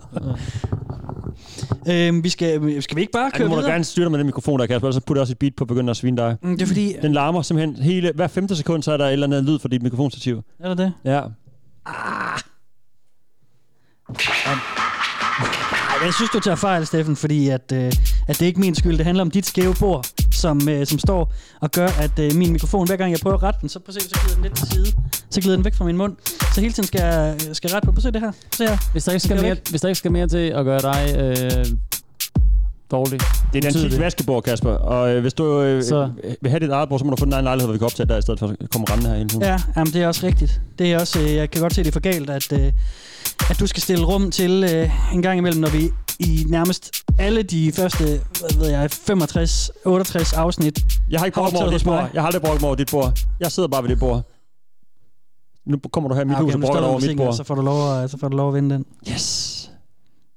Øhm, vi skal, skal vi ikke bare nu køre må du videre? gerne styre dig med den mikrofon der, Kasper, ellers så putter jeg også et beat på og begynder at svine dig. Mm, det er fordi- Den larmer simpelthen hele... Hver femte sekund, så er der et eller andet lyd fra dit mikrofonstativ. Er der det? Ja. Ej, jeg synes, du tager fejl, Steffen, fordi at, øh, at det er ikke min skyld. Det handler om dit skæve bord, som, øh, som står og gør, at øh, min mikrofon, hver gang jeg prøver at rette den, så, prøv at se, så glider den lidt til side. Så glider den væk fra min mund. Så hele tiden skal jeg, skal jeg rette på. Prøv at se det her. Se her. Hvis der ikke Den skal, bliver mere, væk. hvis der ikke skal mere til at gøre dig øh, dårlig. Det er et betyder antikt vaskebord, Kasper. Og øh, hvis du øh, Så- øh, vil have dit eget bord, så må du få den egen lejlighed, hvor vi kan optage der, i stedet for at komme rendende her hele tiden. Ja, jamen, det er også rigtigt. Det er også, øh, jeg kan godt se, det er for galt, at, øh, at du skal stille rum til øh, en gang imellem, når vi i nærmest alle de første, hvad ved jeg, 65, 68 afsnit. Jeg har ikke brugt mig optaget over dit hos mig. bord. Jeg har aldrig brugt mig over dit bord. Jeg sidder bare ved det bord. Nu kommer du her i mit Ah, okay, hus og nu står brokker dig der over mit musikken, bord. og Så får, du lov at, så får du lov at vinde den. Yes.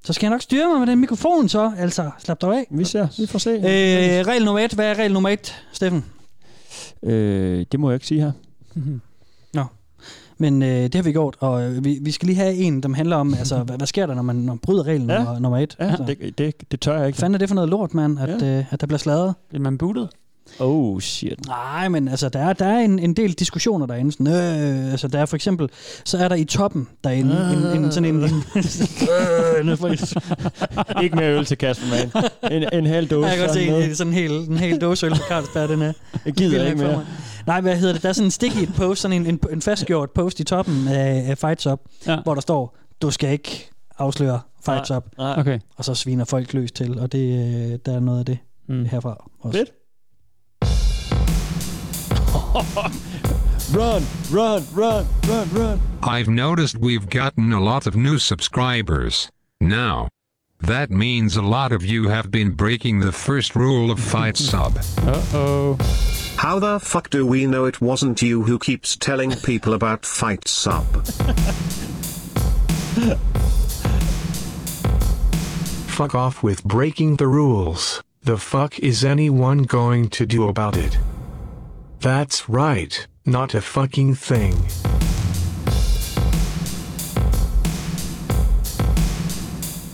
Så skal jeg nok styre mig med den mikrofon så. Altså, slap dig af. Vi ser. Vi får se. Øh, regel nummer et. Hvad er regel nummer et, Steffen? Øh, det må jeg ikke sige her. Nå. Men øh, det har vi gjort, og øh, vi, vi skal lige have en, der handler om, altså, hvad, hvad sker der, når man, når man bryder regel Ja. nummer, nummer et? Ja, altså, det, det, det tør jeg ikke. Hvad fanden er det for noget lort, mand, at, ja. øh, at der bliver sladret? Bliver man bootet? Oh, shit. Nej, men altså, der er, der er en, en del diskussioner derinde. Sådan, øh, altså, der er for eksempel, så er der i toppen derinde en, en, en, sådan en... en Øh, nu får I- ikke mere øl til Kasper, man. En, en halv dåse. Ja, jeg kan godt se sådan en, noget. en, sådan en hel, en hel dåse øl fra Carlsberg, den er. Jeg gider vild ikke nok for mere. mig. Nej, hvad hedder det? Der er sådan en sticky post, sådan en, en, en fastgjort post i toppen af, af Fights Up, ja. hvor der står, du skal ikke afsløre Fights Nej, Up. nej. Okay. Og så sviner folk løs til, og det, øh, der er noget af det mm. herfra også. Fedt. Run, run, run, run, run. I've noticed we've gotten a lot of new subscribers. Now. That means a lot of you have been breaking the first rule of Fight Sub. Uh-oh. How the fuck do we know it wasn't you who keeps telling people about Fight Sub? Fuck off with breaking the rules. The fuck is anyone going to do about it? That's right, not a fucking thing.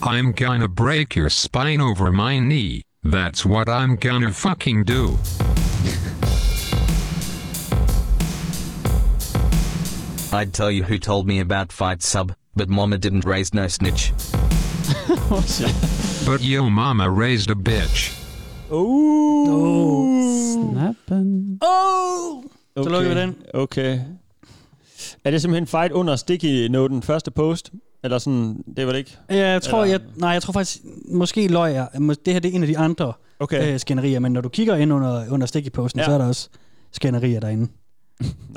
I'm gonna break your spine over my knee. That's what I'm gonna fucking do. I'd tell you who told me about Fight Sub, but Mama didn't raise no snitch. But yo mama raised a bitch. Oh. Snappen. Oh! Så lukker vi den. Okay. Er det simpelthen fight under sticky noten første post? Eller sådan, det var det ikke? Ja, jeg tror, Eller- jeg, nej, jeg tror faktisk, måske løg jeg. Må- Det her det er en af de andre Okay. øh, skænderier, men når du kigger ind under, under stikkeposten, Ja. ja. så er der også skænderier derinde.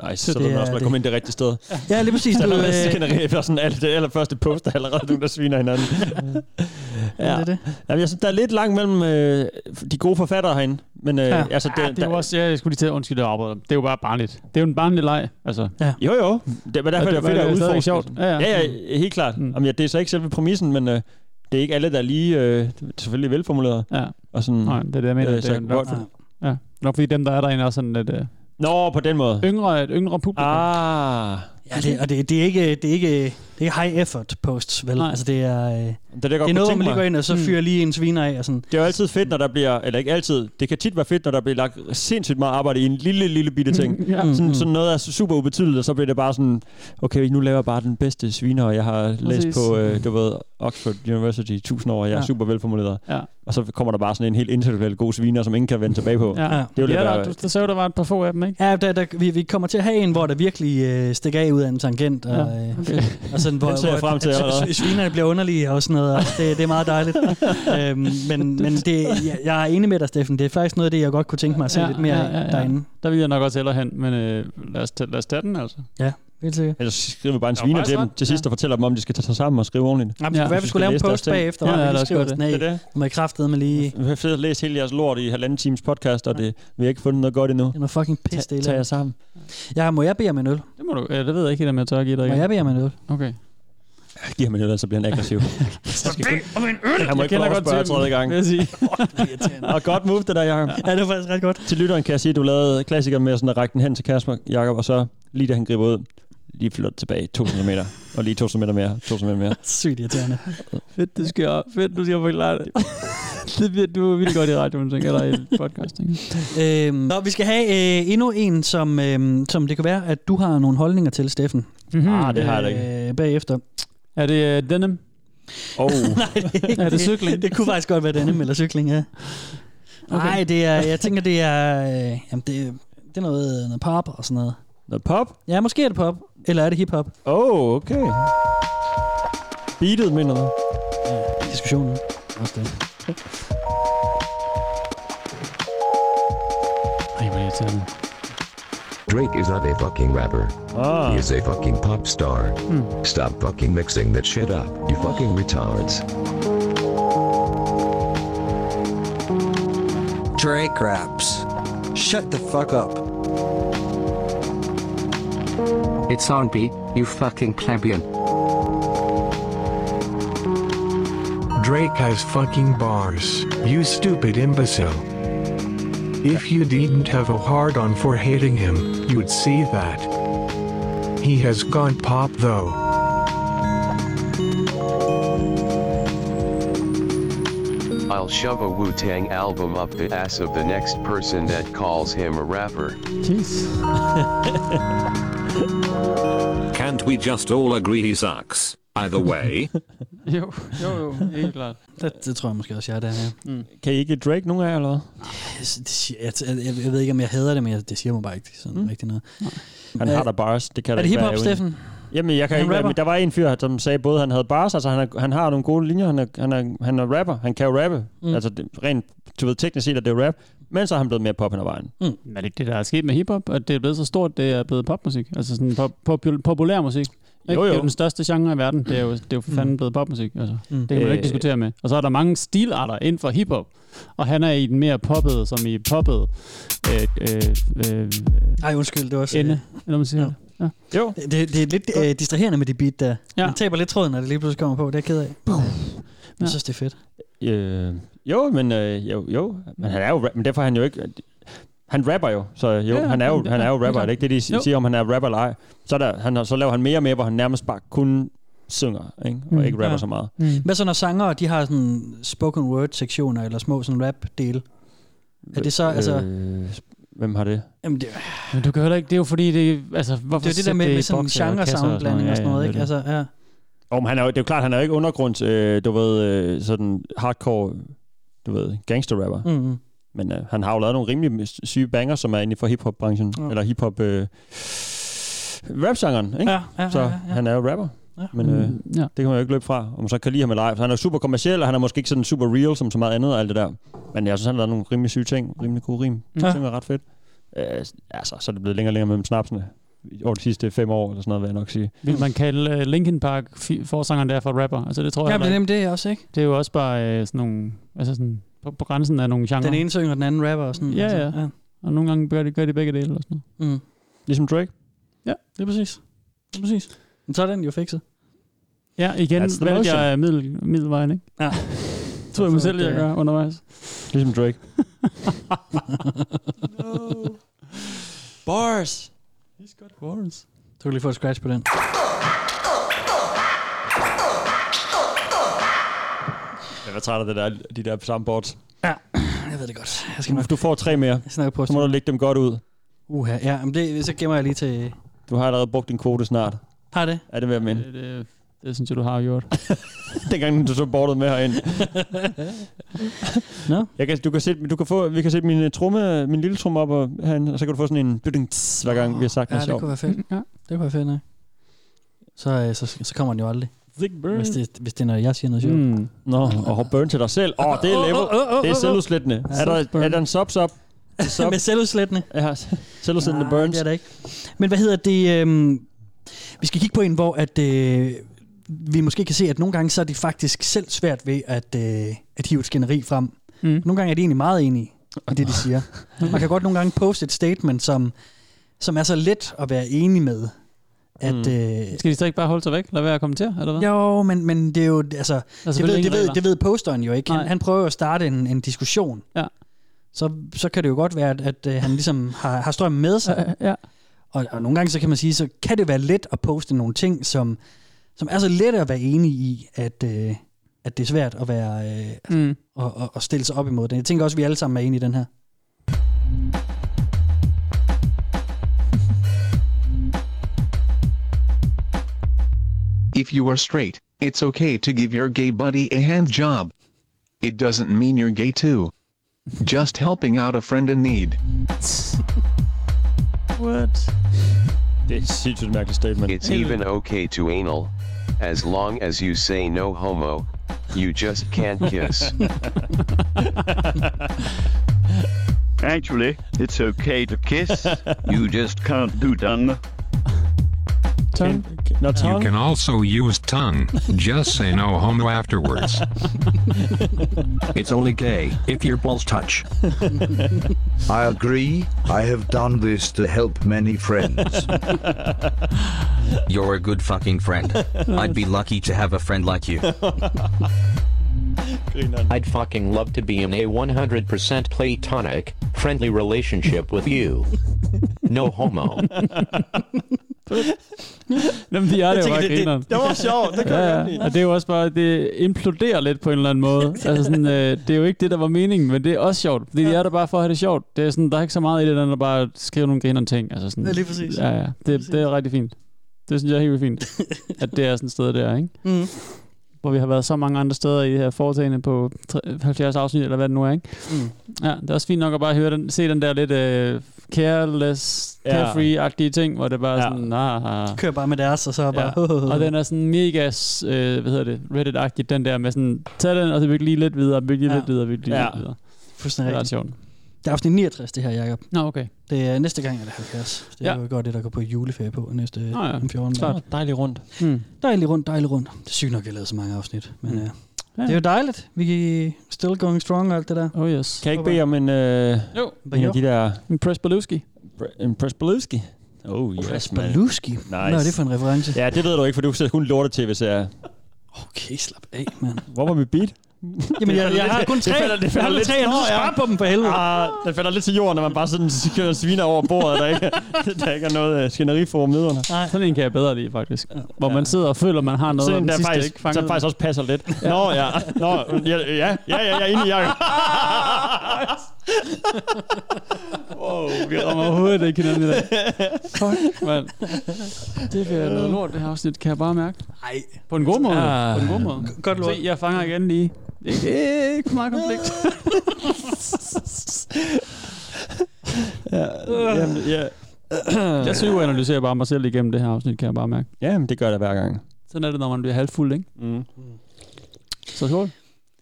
Nej, så, så Så det det er er også være det. kommet ind det rigtige sted. Ja, lige præcis. Så er Du, der øh, øh... skænderi for sådan alt det allerførste post, der er allerede nogen, der sviner hinanden. ja. det er det. Jamen, jeg synes, der er lidt langt mellem øh, de gode forfattere herinde. Men øh, ja. altså, det, ja, det er jo også, ja, jeg skulle lige til at undskylde, at jeg afbryder. Det er jo bare barnligt. Det er jo en barnlig leg, altså. Ja. Jo, jo. Det var derfor, Og det, det altså. det var var fedt at jo stadigvæk udforske. sjovt. det. Ja, ja. ja, ja helt klart. Mm. Jamen, ja, det er så ikke selve præmissen, men øh, det er ikke alle, der er lige øh, selvfølgelig velformuleret. Ja. Og sådan, Nej, det er det, jeg mener. øh, det så er godt- nok, ja. nok fordi dem, der er derinde, er sådan lidt... Øh, Nå, på den måde. Yngre, et yngre publikum. Ah. Ja, det, og det, det, er ikke, det, er ikke, det er ikke high effort posts, vel? Nej. Altså, det er, øh, det det er det er noget, hvor man lige går ind og så fyrer Mm. lige en sviner af. Og sådan. Det er jo altid fedt, når der bliver, eller ikke altid, det kan tit være fedt, når der bliver lagt sindssygt meget arbejde i en lille, lille bitte Mm, ting. Ja. Sådan, sådan noget er super ubetydeligt, og så bliver det bare sådan, okay, nu laver jeg bare den bedste sviner, jeg har læst Præcis. på, øh, du ved, Oxford University i 1000 år, og jeg er Ja. super velformuleret. Ja. Og så kommer der bare sådan en helt intellektuelt god sviner, som ingen kan vende tilbage på. Ja. Det er jo lidt ja, ja, der, du, der så jo, der var et par få af dem, ikke? Ja, der, der, vi, vi kommer til at have en, hvor der virkelig øh, stikker af ud af en tangent. Og, Ja, øh, okay. og sådan, hvor, Den ser jeg hvor frem til at- at allerede. Svinerne bliver underlige og sådan noget. Og det, det er meget dejligt. Øh, øhm, men men det, jeg, jeg er enig med dig, Steffen. Det er faktisk noget af det, jeg godt kunne tænke mig at se ja, lidt mere ja, ja, ja. derinde. Der vil jeg nok også hellere hen, men øh, lad, os, tage- lad os tage den, altså. Ja. helt sikkert. Ellers skriver vi bare en Det var sviner faktisk til dem ret, til sidst og fortæller dem om, de skal tage sig sammen og skrive ordentligt. Jamen, det kunne være, vi skulle lave en post bagefter, hvor vi lige skriver sådan, Det er det. Må jeg kraftede med lige... Vi har fedt læst hele jeres lort i halvanden times podcast, og det, vi har ikke fundet noget godt endnu. Det er noget fucking pis, det Tag, hele. tag jer sammen. Ja, må jeg bede om en øl? Det må du. Ja, det ved jeg ikke helt, om jeg tør at give dig. Må igen. jeg bede om en øl? Okay. Giv ham en øl, så bliver han aggressiv. Om en Han må ikke få lov at spørge tredje gang. Vil jeg sige. og godt move det der, Jacob. Ja, det var faktisk ret godt. Til lytteren kan jeg sige, at du lavede klassiker med sådan at række den hen til Kasper, Jacob, og så lige da han griber ud, lige flot tilbage 200 meter, og lige 200 meter mere, 200 meter mere. Sygt irriterende. Fedt, det sker. Fedt, du siger forklare det. det bliver du vildt godt i radioen, tænker jeg, eller i podcasting. Øhm, nå, vi skal have øh, endnu en, som, øh, som det kan være, at du har nogle holdninger til, Steffen. Mhm. Ah, det har jeg da ikke. Øh, bagefter. Er det øh, denim? Oh. Nej, det er, ikke Er det cykling? Det, det kunne faktisk godt være denim eller cykling, ja. Nej, Okay. det er, jeg tænker, det er, øh, jamen det, det er noget, noget pop og sådan noget. Noget pop? Ja, måske er det pop. Eller er det hiphop? Åh, oh, okay. Beatet, mener du? Ja, diskussionen. Også det. Ej, hvor irriterende. Drake is not a fucking rapper. Ah. He is a fucking pop star. Hmm. Stop fucking mixing that shit up, you fucking retards. Drake raps. Shut the fuck up. It's on beat, you fucking plebeian. Drake has fucking bars, you stupid imbecile. If you didn't have a hard on for hating him, you'd see that. He has gone pop though. I'll shove a Wu Tang album up the ass of the next person that calls him a rapper. Can't we just all agree he sucks? Either way. Jo, jo, jo, helt klart. Det, det tror jeg måske også, jeg er der her. Mm. Kan I ikke Drake nogen af jer, eller hvad? Det siger, jeg, jeg, jeg, ved ikke, om jeg hader det, men jeg, det siger mig bare ikke sådan mm. rigtig noget. Han har da bars, det kan Øh, Er da det ikke hiphop, være uden. Steffen? Jamen, jeg kan Han ikke, være- rapper? men der var en fyr, som sagde både, at han havde bars, altså han, er, han har nogle gode linjer, han er, han er, han er rapper, han kan jo rappe. Mm. Mm. Altså det, rent, du ved, teknisk set er det jo rap, men så er han blevet mere pop hen ad vejen. Mm. Men er det ikke det, der er sket med hiphop? At det er blevet så stort, det er blevet popmusik? Altså sådan pop, pop, populær musik? Ikke? Jo, jo. Det er jo den største genre i verden. Det er jo, det er jo for Mm. fanden blevet popmusik. Altså. Mm. Mm. Det kan man jo Øh. ikke diskutere med. Og så er der mange stilarter inden for hiphop. Og han er i den mere poppede, som i poppede. Øh, øh, øh, Ej, undskyld, det var også... Ende, eller hvad man siger. Ja. Jo. Det, det, det er lidt øh, distraherende med de beat der. Ja. Man taber lidt tråden, når det lige pludselig kommer på. Det er jeg ked af. Men jeg synes, det er fedt. Øh, jo, men øh, jo, jo, men han er jo, rap, men derfor er han jo ikke, han rapper jo, så jo, Ja, ja, han er jo, ja, han er jo ja, rapper, klart. det er ikke det, de si- Jo. siger, om han er rapper eller ej. Så, er der, han, har- så laver han mere med, hvor han nærmest bare kun synger, ikke? og Mm. ikke rapper Ja. så meget. Mm. Hvad så, når sangere, de har sådan spoken word-sektioner, eller små sådan rap-dele? Er det så, altså... Øh, hvem har det? Jamen, det, Men du kan heller ikke, det er jo fordi, det, altså, hvorfor det er jo det der sætte med, i med sådan bokse og kasser genre-sammenblanding og sådan noget, ikke? det er Altså, ja. Og men han er jo, det er jo klart, han er jo ikke undergrunds, øh, du ved, øh, sådan hardcore, du ved, gangsterrapper. Mhm. Men øh, han har jo lavet nogle rimelig syge banger, som er inde for hiphop-branchen, Ja. eller hiphop... Øh, rap-genren, ikke? Ja, ja, ja, så ja, ja. han er jo rapper. Ja. Men øh, Mm, ja. det kan man jo ikke løbe fra. Om man så kan lide ham eller ej. Så han er jo super kommerciel, og han er måske ikke sådan super real som så meget andet og alt det der. Men jeg synes, han har lavet nogle rimelig syge ting. Rimelig gode rim. Ja. Ja. Det er ret fedt. Øh, altså, så er det blevet længere og længere mellem snapsene over de sidste fem år, eller sådan noget, vil jeg nok sige. Altså- Vil man kalde uh, Linkin Park fi- forsangeren der for rapper? Altså det tror jeg. Ja, men det er heller nemt det også, ikke? ikke. det er jo også bare uh, sådan nogle, altså sådan på, på grænsen af nogle genre. Den ene synger, den anden rapper og sådan. Ja, altså, ja. Og nogle gange gør de, gør de begge dele og sådan noget. Mm. Ligesom Drake? Ja, det er præcis. Det er præcis. Men så er den jo fikset. Ja, igen That's the valgte motion. jeg middel, middelvejen, ikke? Ja. tror jeg mig selv, jeg gør undervejs. Ligesom Drake. Bars! He's got bars. Du kan lige få et scratch på den. Jeg var træt af det der, de der samme boards. Ja, jeg ved det Altså- godt. Jeg skal Du, nok... du får tre mere. På, så må du lægge dem godt ud. Mm. Uha, ja, men det, så gemmer jeg lige til... Du har allerede brugt din kvote snart. Har det? Er det ved at minde? Det, det, det synes jeg, du har gjort. Dengang du så bordet med herind. no. Jeg kan, du kan sætte, du kan få, vi kan sætte min, øh, tromme, min lille tromme op og, herinde, og så kan du få sådan en dytting tss, hver gang vi har sagt Ja, noget det sjovt. kunne være fedt. Ja. Det kunne være fedt, nej. Så, øh, så, så kommer den jo aldrig. Zig Burn. Hvis det, hvis det er, når jeg siger noget sjovt. Mm. Nå, og hop burn til dig selv. Åh, oh, det er level. Åh, åh, åh, åh, det er åh. selvudslættende. Ja. Er der, er der en sub sub? Med selvudslættende? Ja, selvudslættende burns. Det er det ikke. Men hvad hedder det? Øhm, Vi skal kigge på en, hvor at, øh, vi måske kan se, at nogle gange så er de faktisk selv svært ved at, øh, at hive et skænderi frem. Mm. Nogle gange er de egentlig meget enige i det, de siger. Man kan godt nogle gange poste et statement, som, som er så let at være enig med, at... Mm. Øh, Skal de så ikke bare holde sig væk? Lad være at kommentere, eller hvad? jo, men, men det er jo, altså, det selvfølgelig ved, ingen det, ved, regler. det ved posteren jo ikke. Han, han prøver jo at starte en, en diskussion. Ja. Så, så kan det jo godt være, at, at øh, han ligesom har, har strømmen med sig. Ja. Og, og nogle gange, så kan man sige, så kan det være let at poste nogle ting, som, som er så let at være enig i, at, øh, at det er svært at være øh, mm. og, og, og stille sig op imod det. Jeg tænker også, at vi alle sammen er enige i den her. If you are straight, it's okay to give your gay buddy a hand job. It doesn't mean you're gay too. Just helping out a friend in need. What? Det er sindssygt mærkeligt statement. It's even okay to anal. As long as you say no homo, you just can't kiss. Actually, it's okay to kiss. you just can't do done. Tongue? No, You can also use tongue. Just say no homo afterwards. It's only gay if your balls touch. I agree, I have done this to help many friends. You're a good fucking friend. I'd be lucky to have a friend like you. I'd fucking love to be in a 100% platonic, friendly relationship with you. No homo. Jamen, de er Jeg det jo tænker, bare det- det- grineren. det var sjovt, det kan jeg godt lide. Og det er jo også bare, det imploderer lidt på en eller anden måde. altså sådan, øh, det er jo ikke det, der var meningen, men det er også sjovt. Fordi ja. de er der bare for at have det sjovt. Det er sådan, der er ikke så meget i det, der end at bare skrive nogle grinerne ting. Altså sådan, Ja, lige præcis. Ja, ja. Det, det er rigtig fint. Det synes jeg er helt vildt fint, at det er sådan et sted der, ikke? Mm. Hvor vi har været så mange andre steder i det her foretagende på tre- 70 afsnit, eller hvad det nu er, ikke? Mm. Ja, det er også fint nok at bare høre den, se den der lidt øh, careless, Ja. carefree-agtige ting, hvor det bare er sådan, ah, ah. Kører bare med deres, og så er bare... Ja. Og den er sådan mega, s- øh, hvad hedder det, Reddit-agtig, den der med sådan, tag den, og så bygge lige lidt videre, bygge lige Ja. ja. lidt videre, bygge lige Ja. lidt videre. Fuldstændig Det er ret rigtigt. sjovt. Det er afsnit 69, det her, Jacob. Nå, okay. Det er næste gang, er det 70. Det er ja. jo godt, det der går på juleferie på næste Nå ja, om 14 klart. dage. Dejligt rundt. Mm. Dejligt rundt, dejligt rundt. Det er sygt nok, at jeg lavede så mange afsnit. Men mm. ja. Ja. det er jo dejligt. Vi er still going strong og alt det der. Oh yes. Kan jeg ikke bede om en, øh, Jo. en af de der... En Presbalewski. En Presbalewski? Oh, yes, Presbalewski? man. Hvad er det for en reference? Ja, det ved du ikke, for du ser kun lortet tv-serier. Okay, slap af, mand. Hvor var mit beat? Jamen, jeg, jeg har kun tre. Det falder, det jeg falder har lidt tre, jeg har spare på dem for helvede. Ah, det falder lidt til jorden, når man bare sådan kører sviner over bordet, der ikke, der ikke er noget uh, skænderiforum nedenunder. Nej. Sådan en kan jeg bedre lide, faktisk. Hvor man sidder og føler, man har noget, Sådan og en, den der sidste faktisk, ikke der fanger faktisk også passer lidt. Nå ja, Nå, ja, ja, ja, ja, jeg er enig, Jacob. Wow, vi rammer overhovedet ikke hinanden i dag. Fuck, mand. Det bliver noget lort, det her afsnit, kan jeg bare mærke. Nej. På en god måde. Ah. På en god måde. Godt lort. Se, jeg fanger igen lige. Ikke, ikke for meget konflikt. ja, jamen, ja. jeg psykoanalyserer bare mig selv igennem det her afsnit, kan jeg bare mærke. Jamen, det gør det hver gang. Sådan er det, når man bliver halvfuld, ikke? Mm. Så skål.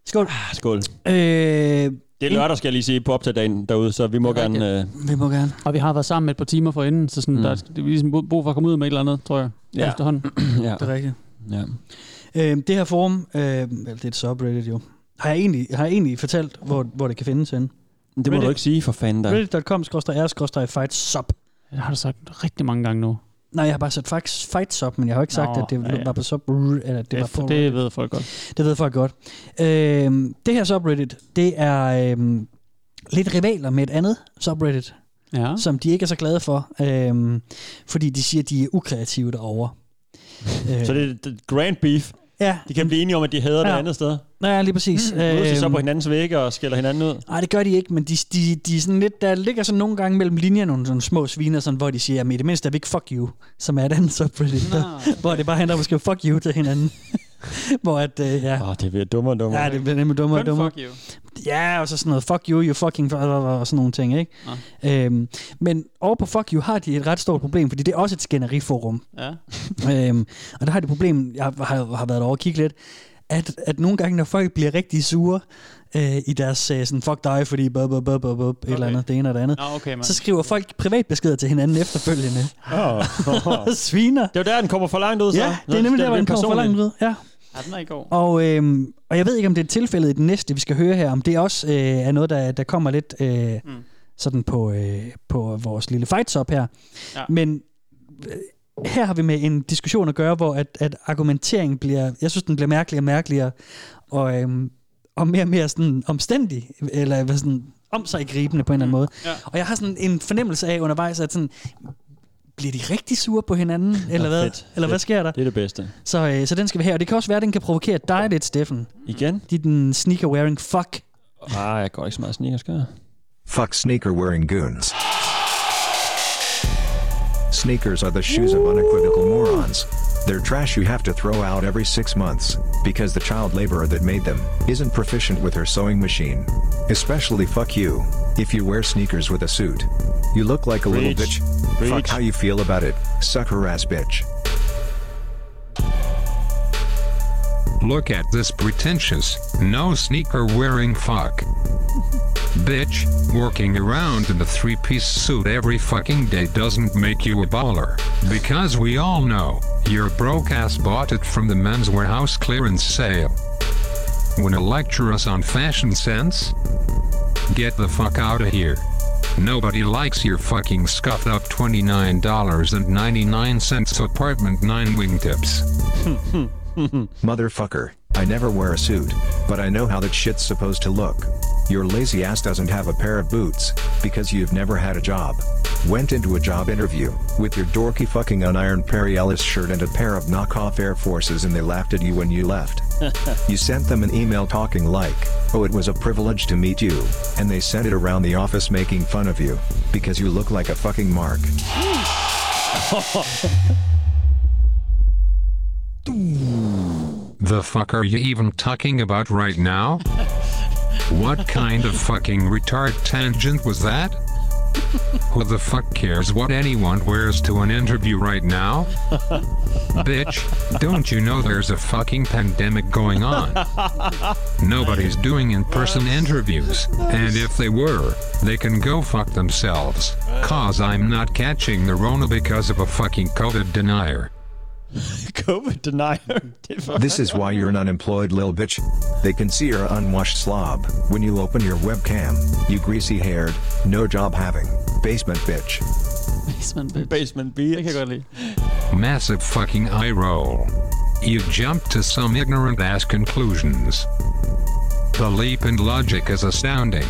Skål. Ah, Skål. Øh, det er lørdag, skal jeg lige sige, på optagdagen derude, så vi må gerne... Øh, Vi må gerne. Og vi har været sammen et par timer forinden, så sådan, Mm. mm. der er, vi er ligesom brug- brug for at komme ud med et eller andet, tror jeg. Ja. Efterhånden. øh, ja. Det er rigtigt. Ja. Øh, det her forum, øh, eller det er et subreddit jo, har jeg egentlig, har jeg egentlig fortalt, hvor, hvor det kan findes henne? Det må du ikke sige, for fanden da. Reddit.com r fight sub. Det har du sagt rigtig mange gange nu. Nej, jeg har bare sat fight, fight sub, men jeg har jo ikke sagt, Nå, at det ja, ja. var på sub, eller at det var Det, på det ved folk godt. Det ved folk godt. Øhm, det her subreddit, det er øhm, lidt rivaler med et andet subreddit, ja. som de ikke er så glade for, øhm, fordi de siger, at de er ukreative derovre. Øh, Så det er det- Grand Beef. Ja. De kan blive enige om, at de hader det Ja. andet sted. Ja, lige præcis. Mm. Mødes de så Øhm. på hinandens vægge og skælder hinanden ud. Nej, det gør de ikke, men de, de, de er sådan lidt, der ligger sådan nogle gange mellem linjerne nogle sådan små sviner, sådan, hvor de siger, at i det mindste er vi ikke fuck you, som er et andet subreddit, der, hvor det bare handler om at skrive fuck you til hinanden. hvor at, øh, ja. Åh, oh, det bliver dummere og dummere. Ja, det bliver nemlig dummere og Kun dummere. fuck you. Ja, og så sådan noget, fuck you, you fucking, blah, blah, blah, og sådan nogle ting, ikke? Øhm, men over på fuck you har de et ret stort problem, fordi det er også et skænderiforum. Ja. øhm, og der har de problem, jeg har, har været over og kigge lidt, at, at nogle gange, når folk bliver rigtig sure, øh, i deres øh, sådan, fuck dig, fordi bub, bub, bub, bub, bub, et eller andet, det ene og det andet. Nå, okay, mand. så skriver folk privatbeskeder til hinanden efterfølgende. Oh. Sviner. Det er jo der, den kommer for langt ud, så. Ja, det er nemlig der, hvor den kommer for langt ud. Ja. Ja, den er i går. Og, øhm, og jeg ved ikke, om det er tilfældet i den næste, vi skal høre her, om det også øh, er noget, der, der kommer lidt øh, mm. sådan på, øh, på vores lille fights op her. Ja. Men øh, her har vi med en diskussion at gøre, hvor at, at argumenteringen bliver, jeg synes, den bliver mærkeligere og mærkeligere, og, øhm, og mere og mere sådan omstændig, eller hvad sådan om sig gribende på en eller anden måde. Mm. Ja. Og jeg har sådan en fornemmelse af undervejs, at sådan, bliver de rigtig sure på hinanden, eller hvad? fedt, eller hvad fedt. sker der? Det er det bedste. Så, øh, så den skal vi have, og det kan også være, at den kan provokere dig lidt, Steffen. Igen? Din sneaker-wearing fuck. Ah, jeg går ikke så meget sneakers, skal jeg? Fuck sneaker wearing goons. Sneakers are the shoes of unequivocal morons. They're trash you have to throw out every six months, because the child laborer that made them isn't proficient with her sewing machine. Especially fuck you, if you wear sneakers with a suit. You look like a little Preach. bitch. Fuck Preach. how you feel about it, sucker ass bitch. Look at this pretentious, no sneaker wearing fuck. Bitch, working around in a three piece suit every fucking day doesn't make you a baller. Because we all know, your broke ass bought it from the men's warehouse clearance sale. Wanna lecture us on fashion sense? Get the fuck out of here. Nobody likes your fucking scuffed up $29.99 apartment 9 wingtips. Motherfucker, I never wear a suit, but I know how that shit's supposed to look. Your lazy ass doesn't have a pair of boots, because you've never had a job. Went into a job interview, with your dorky fucking unironed Perry Ellis shirt and a pair of knockoff Air Forces and they laughed at you when you left. You sent them an email talking like, oh it was a privilege to meet you, and they sent it around the office making fun of you, because you look like a fucking mark. The fuck are you even talking about right now? what kind of fucking retard tangent was that? Who the fuck cares what anyone wears to an interview right now? Bitch, don't you know there's a fucking pandemic going on? Nobody's doing in person interviews, and if they were, they can go fuck themselves, cause I'm not catching the Rona because of a fucking COVID denier. COVID denier. Det er for- This is why you're an unemployed lil bitch. They can see your unwashed slob when you open your webcam, you greasy haired, no job having, basement bitch. Basement bitch. Basement bitch. Det kan jeg godt lide. Massive fucking eye roll. You jump to some ignorant ass conclusions. The leap in logic is astounding.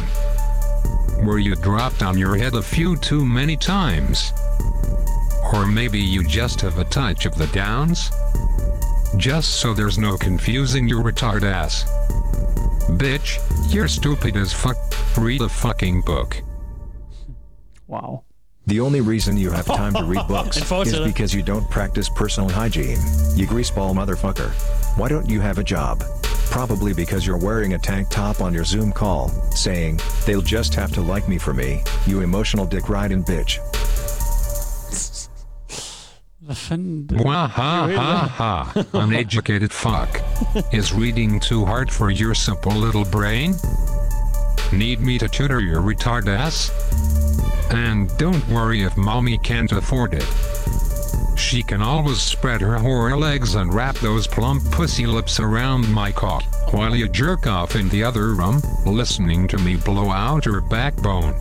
Were you dropped on your head a few too many times? Or maybe you just have a touch of the downs? Just so there's no confusing your retard ass. Bitch, you're stupid as fuck. Read a fucking book. Wow. The only reason you have time to read books And forward is to the- because you don't practice personal hygiene, you greaseball motherfucker. Why don't you have a job? Probably because you're wearing a tank top on your Zoom call, saying, they'll just have to like me for me, you emotional dick riding bitch. Hvad fanden? Wah ha Det er jo helt ha ha. Uneducated fuck. Is reading too hard for your simple little brain? Need me to tutor your retard ass? And don't worry if mommy can't afford it. She can always spread her whore legs and wrap those plump pussy lips around my cock while you jerk off in the other room, listening to me blow out her backbone.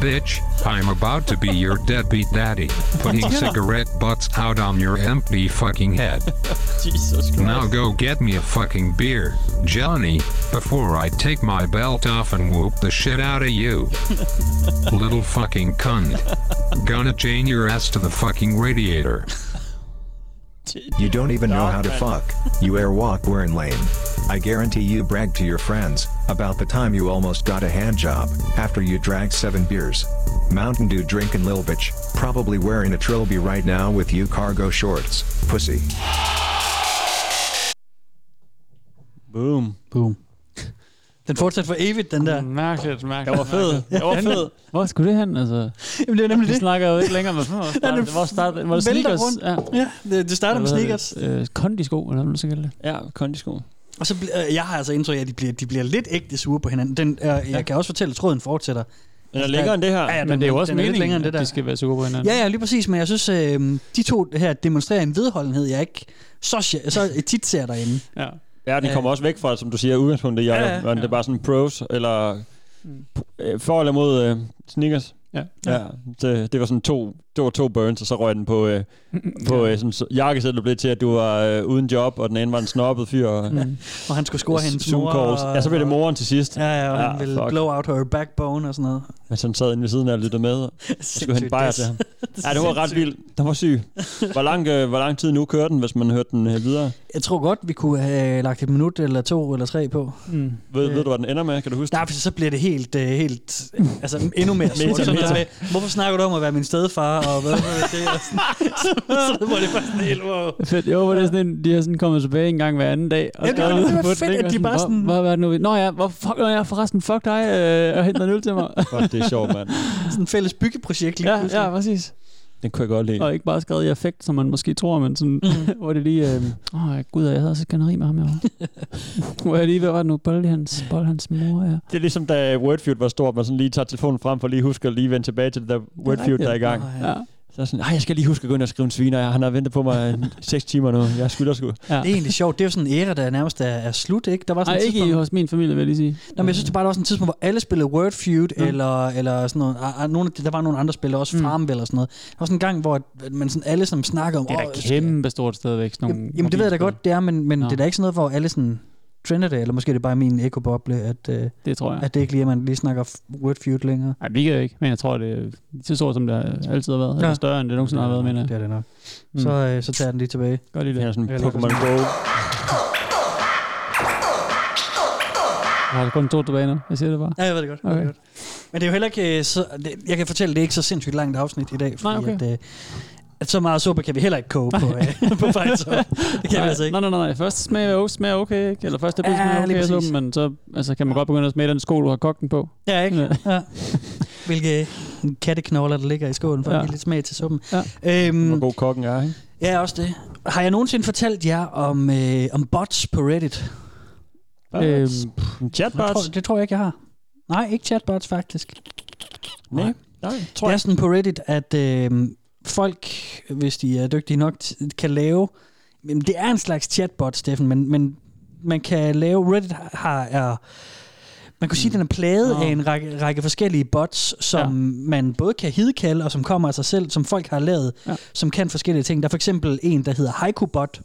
Bitch, I'm about to be your deadbeat daddy, putting cigarette butts out on your empty fucking head. Jesus Christ. Now go get me a fucking beer, Johnny, before I take my belt off and whoop the shit out of you. Little fucking cunt. Gonna chain your ass to the fucking radiator. You don't even know how to Dog, fuck. You airwalk wearing lame. I guarantee you brag to your friends about the time you almost got a hand job after you drank seven beers. Mountain Dew drinking lil bitch, probably wearing a trilby right now with you cargo shorts, pussy. Boom. Boom. Den fortsætter for evigt, den der. Mærkeligt, mærkeligt. Jeg var fed. mærkeligt. Jeg var Fanden, fed. Hvor skulle det hen, altså? Jamen, det er nemlig Vi det. snakker jo ikke længere med hvor startede den det? Hvor startede- var det vælter sneakers? rundt. Ja, det, det starter med Eller hvad sneakers. hedder det? Øh, kondisko, eller hvad man nu skal kalde det. Ja, kondisko. Og så bl- øh, jeg har altså indtryk af, at de bliver, de bliver lidt ægte sure på hinanden. Den, øh, jeg Ja. kan også fortælle, at tråden fortsætter. Den er Altså, længere end det her. Ja, ja, Men den- det er jo også den lidt meningen, længere end at de skal være sure på hinanden. Ja, ja, lige præcis. Men jeg synes, øh, de to her demonstrerer en vedholdenhed, jeg ikke så, sj- så tit ser derinde. Ja. Ja, den Ja. kommer også væk fra, som du siger, udgangspunktet, Jacob. Ja, Ja, ja, Mm. ja, Det er bare sådan pros, eller øh, for eller mod øh, sneakers. Ja. ja. Det, det, var sådan to, det var to burns, og så røg den på, øh, på øh, sådan, så jakkesættet blev til, at du var øh, uden job, og den ene var en snobbet fyr. Og, Mm. Og han skulle score hendes Zoom mor, calls. og- Ja, så blev det moren til sidst. Ja, ja, og han ville blow out her backbone og sådan noget. Men sådan sad inde ved siden af og lyttede med, og så skulle han Sindssygt, bare det til er- ham. det er Ja, det var ret sindssygt. vildt. Den var syg. Hvor lang, øh, hvor lang tid nu kører den, hvis man hørte den øh, videre? Jeg tror godt, vi kunne have lagt et minut eller to eller tre på. Mm. Ved, ved du, hvad den ender med? Kan du huske Nej, for så bliver det helt, øh, helt altså endnu mere Meta, sort. Sådan noget meta. med, Hvorfor snakker du om at være min stedfar? Og hvad, hvad er det? Og sådan, så, så var det bare sådan helt, wow. Fedt. Jo, hvor det er sådan en, de har sådan kommet tilbage en gang hver anden dag. Og Ja, det var- skrevet det var på den, fedt, ikke? at Og de bare "Hvor- sådan- Hvor, hvad er det nu? vi- Nå ja, hvor fuck, nå ja, forresten, fuck dig, øh, og henter en øl til mig. Fuck, det er sjovt, mand. Sådan et fælles byggeprojekt lige Ja, pludselig. ja, præcis. Det kunne jeg godt lide. Og ikke bare skrevet i affekt, som man måske tror, men sådan, hvor det lige... øh, Åh, øh, oh, gud, jeg havde også et skænderi med ham herovre. hvor jeg lige, hvad var det nu? Bolle hans, bolle hans mor, ja. Det er ligesom, da Wordfeud var stort, man sådan lige tager telefonen frem for lige huske at lige vende tilbage til det der Wordfeud, rigtigt. der er i gang. Åh, ja. Så er sådan, Ej, jeg skal lige huske at gå ind og skrive en sviner. Jeg, han har ventet på mig 6 timer nu. Jeg skylder sgu. Ja. Det er egentlig sjovt. Det er jo sådan en æra, der nærmest er, er slut, ikke? Der var sådan Ej, et ikke i- tidspunkt- hos min familie, vil jeg lige sige. Nå, men jeg synes, det bare, der var sådan et tidspunkt, hvor alle spillede Word Feud, mm. eller, eller sådan noget. Ah, ah, Nogle, af de- der var nogle andre spillere, også mm. Farmville og sådan noget. Der var sådan en gang, hvor at man sådan alle som snakkede om... Det er "Åh, da kæmpe stort stadigvæk. Sådan nogle Jamen det ved jeg da godt, det er, men, men Nå. det er da ikke sådan noget, hvor alle sådan trender det, eller måske er det bare min ekoboble, at, øh, det tror jeg. at det ikke lige er, man lige snakker f- word feud længere. Nej, vi kan jo ikke, men jeg tror, det er så stort, som det altid har været. Eller Ja. større, end det nogensinde har været, mener jeg. Det er det nok. Så, øh, så tager jeg den lige tilbage. Godt lige det. Finder sådan en Eller- Pokémon Go. Jeg har kun to tilbage nu. Jeg siger det bare. Ja, jeg ved det godt. Okay. Okay. Jeg ved det godt. Men det er jo heller ikke... øh, Så, det, jeg kan fortælle, det er ikke så sindssygt langt afsnit i dag, fordi Nej, Nej, okay. okay. at, øh, at så meget suppe kan vi heller ikke koge på, øh, på Fighter. Det kan vi nej, altså ikke. Nej, nej, nej, nej. Først smager ost, smager okay, ikke? Eller første bid Ja, smager lige okay, så, præcis. men så altså, kan man godt begynde at smage den sko, du har kogt den på. Ja, ikke? Ja. Hvilke øh, katteknogler, der ligger i skålen, for ja. Ja. at give lidt smag til suppen. Ja. Øhm, Hvor god kokken er, ikke? Ja, også det. Har jeg nogensinde fortalt jer om, øh, om bots på Reddit? Øhm, chatbots? Jeg tror, det tror jeg ikke, jeg har. Nej, ikke chatbots faktisk. Nej, nej. Tror det er sådan på Reddit, at øh, folk, hvis de er dygtige nok, t- kan lave... Jamen, det er en slags chatbot, Steffen, men, men man kan lave... Reddit har... Er, man kunne sige, at den er plaget af en række, række forskellige bots, som ja. man både kan hidkalde, og som kommer af sig selv, som folk har lavet, ja. som kan forskellige ting. Der er for eksempel en, der hedder Haikubot,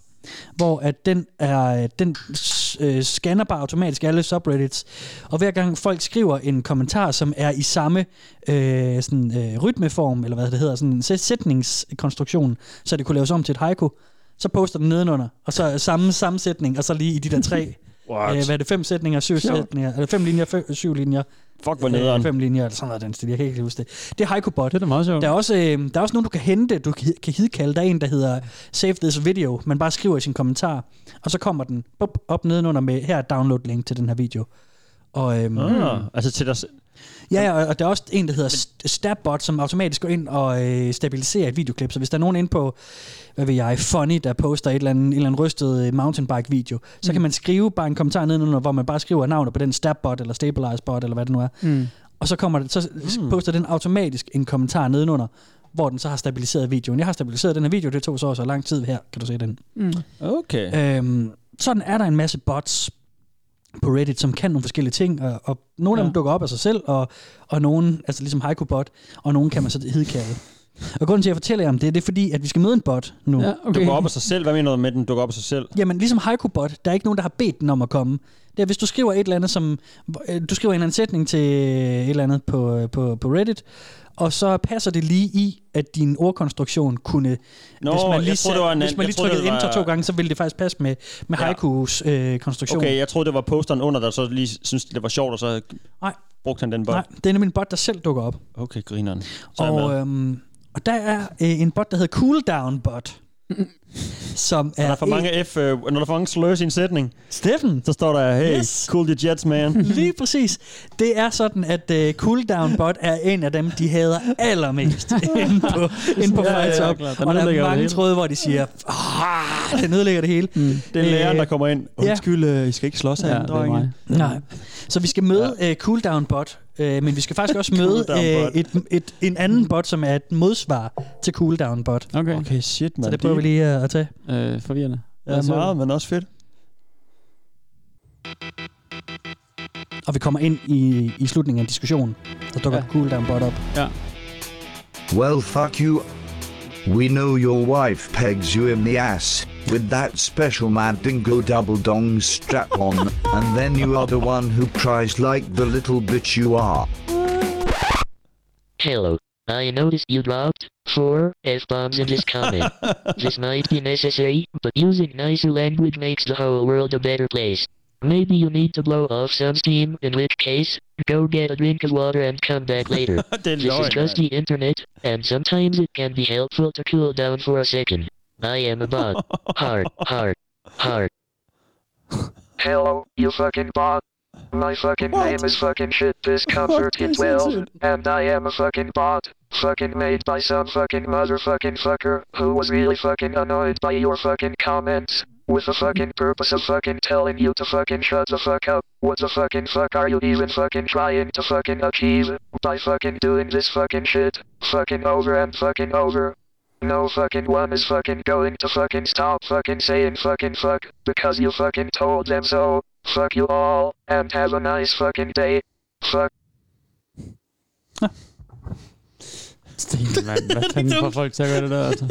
hvor at den, er, øh, den s- øh, scanner bare automatisk alle subreddits, og hver gang folk skriver en kommentar, som er i samme øh, sådan, øh, rytmeform, eller hvad det hedder, sådan en sæt- sætningskonstruktion, så det kunne laves om til et haiku, så poster den nedenunder, og så er samme sammensætning, og så lige i de der tre, What? øh, hvad er det, fem sætninger, syv Sjovt. sætninger, eller fem linjer, fem, syv linjer, Fuck, hvor Øh, nederen. Fem linjer, eller sådan noget af den stil. Jeg kan ikke huske det. Det er Haikubot. Det er meget sjovt. Der er, også, øh, der er også nogen, du kan hente, du kan kan hidkalde. Der er en, der hedder Save This Video. Man bare skriver i sin kommentar, og så kommer den bup, op nedenunder med, her er et download-link til den her video. Og, øhm, Ah, altså til dig selv. Ja, ja, og- og der er også en, der hedder St- Stabbot, som automatisk går ind og øh, stabiliserer et videoklip. Så hvis der er nogen inde på, hvad ved jeg, Funny, der poster et eller andet, en eller anden rystet øh, mountainbike-video, så Mm. mm. kan man skrive bare en kommentar nedenunder, hvor man bare skriver navnet på den Stabbot eller Stabilizerbot, eller hvad det nu er. Mm. Og så, kommer det, så Mm. mm. poster den automatisk en kommentar nedenunder, hvor den så har stabiliseret videoen. Jeg har stabiliseret den her video, det tog så også lang tid her, kan du se den. Mm. Okay. Øhm, sådan er der en masse bots på Reddit, som kan nogle forskellige ting, og, og nogle af dem dukker op af sig selv, og, og nogle, altså ligesom Haiku-bot, og nogle kan man så hidkalde. Og grunden til, at jeg fortæller jer om det, det er fordi, at vi skal møde en bot nu. Ja, Okay. Dukker op af sig selv. Hvad mener du med, at den dukker op af sig selv? Jamen, ligesom Haiku-bot, der er ikke nogen, der har bedt den om at komme. Det er, hvis du skriver et eller andet, som... øh, Du skriver en eller anden sætning til et eller andet på, øh, på, på Reddit, og så passer det lige i, at din ordkonstruktion kunne... Nå, hvis man jeg lige, troede, det var en- hvis man jeg lige troede, trykkede det var- enter to gange, så ville det faktisk passe med, med Ja. haikus øh, konstruktion. Okay, jeg troede, det var posteren under, der så lige synes det var sjovt, og så Nej. brugte han den bot. Nej, det er nemlig en bot, der selv dukker op. Okay, grineren. Så er jeg med. øh, Og, øhm, og der er øh, en bot, der hedder Cooldown Bot. som Når er... der er for mange F, øh, når der er for mange slurs i en sætning, Steffen, så står der, hey, Yes. cool your jets, man. Lige præcis. Det er sådan, at uh, Cooldown Bot er en af dem, de hader allermest inde på, inde på Ja, ja, ja, Fights Up. klart. Den og der ødelægger er det mange hele. tråde, hvor de siger, ah, den ødelægger det hele. Mm. Det er læreren, der kommer ind. Undskyld, øh, I skal ikke slås Ja, herinde, det er drenge. mig. Nej. Så vi skal møde ja. uh, Cooldown Bot, uh, men vi skal faktisk også møde Cooldown uh, Bot. et, et, en anden bot, som er et modsvar til Cooldown Bot. Okay, okay shit, Så det prøver vi lige uh, at tage. Øh, forvirrende. Ja, meget, men også fedt. Og vi kommer ind i, i slutningen af en diskussion. Der dukker ja. Cooldown Bot op. Ja. Well, fuck you. We know your wife pegs you in the ass with that special mad dingo double dong strap on, and then you are the one who cries like the little bitch you are. Hello. I noticed you dropped four F-bombs in this comment. this might be necessary, but using nicer language makes the whole world a better place. Maybe you need to blow off some steam, in which case, go get a drink of water and come back later. Didn't this know is it, just the internet, and sometimes it can be helpful to cool down for a second. I am a bot. hard, hard, hard. Hello, you fucking bot. My fucking name is fucking shit discomfort What is twelve, it? and I am a fucking bot. Fucking made by some fucking motherfucking fucker who was really fucking annoyed by your fucking comments. With the fucking purpose of fucking telling you to fucking shut the fuck up. What the fucking fuck are you even fucking trying to fucking achieve by fucking doing this fucking shit? Fucking over and fucking over. No fucking one is fucking going to fucking stop fucking saying fucking fuck because you fucking told them so. Fuck you all and have a nice fucking day. Fuck. Sten, mand. Hvad fanden får folk til at gøre det der, altså?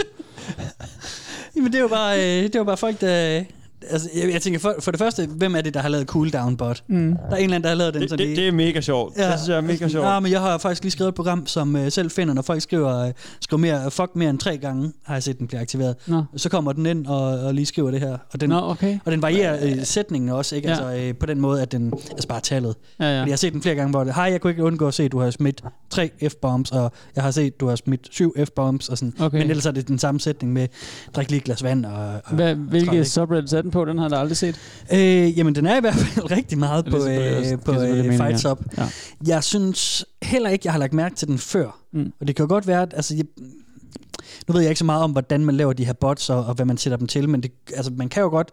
Jamen det var bare, øh, det var bare folk, der... Altså, jeg, jeg tænker, for, for det første, hvem er det, der har lavet Cooldown Bot? Mm. Der er en eller anden, der har lavet den. Det, så det, det er mega sjovt. Ja. Det synes jeg er mega sjovt. Ja, Altså, ah, men jeg har faktisk lige skrevet et program, som øh, selv finder, når folk skriver, øh, skriver mere, fuck mere end tre gange, har jeg set den blive aktiveret. Nå. Så kommer den ind og, og lige skriver det her. Og den, Nå, okay. og den varierer øh, sætningen også, ikke? Ja. Ja. Altså øh, på den måde, at den... Altså bare tallet. Ja, ja. Fordi jeg har set den flere gange, hvor det, hej, jeg kunne ikke undgå at se, at du har smidt tre F-bombs, og jeg har set, at du har smidt syv F-bombs, og sådan. Okay. Men ellers er det den samme sætning med, drik lige et glas vand, og, og Hvad, Træt, hvilke ikke? subreddits er den på? Den har jeg da aldrig set. Øh, jamen, den er i hvert fald rigtig meget Ja, på, det er øh, selvfølgelig også- det er på selvfølgelig øh, meningen, Fights ja. Up. Ja. Jeg synes heller ikke, jeg har lagt mærke til den før. Mm. Og det kan jo godt være, at... Altså, jeg, nu ved jeg ikke så meget om, hvordan man laver de her bots, og, og hvad man sætter dem til, men det, altså, man kan jo godt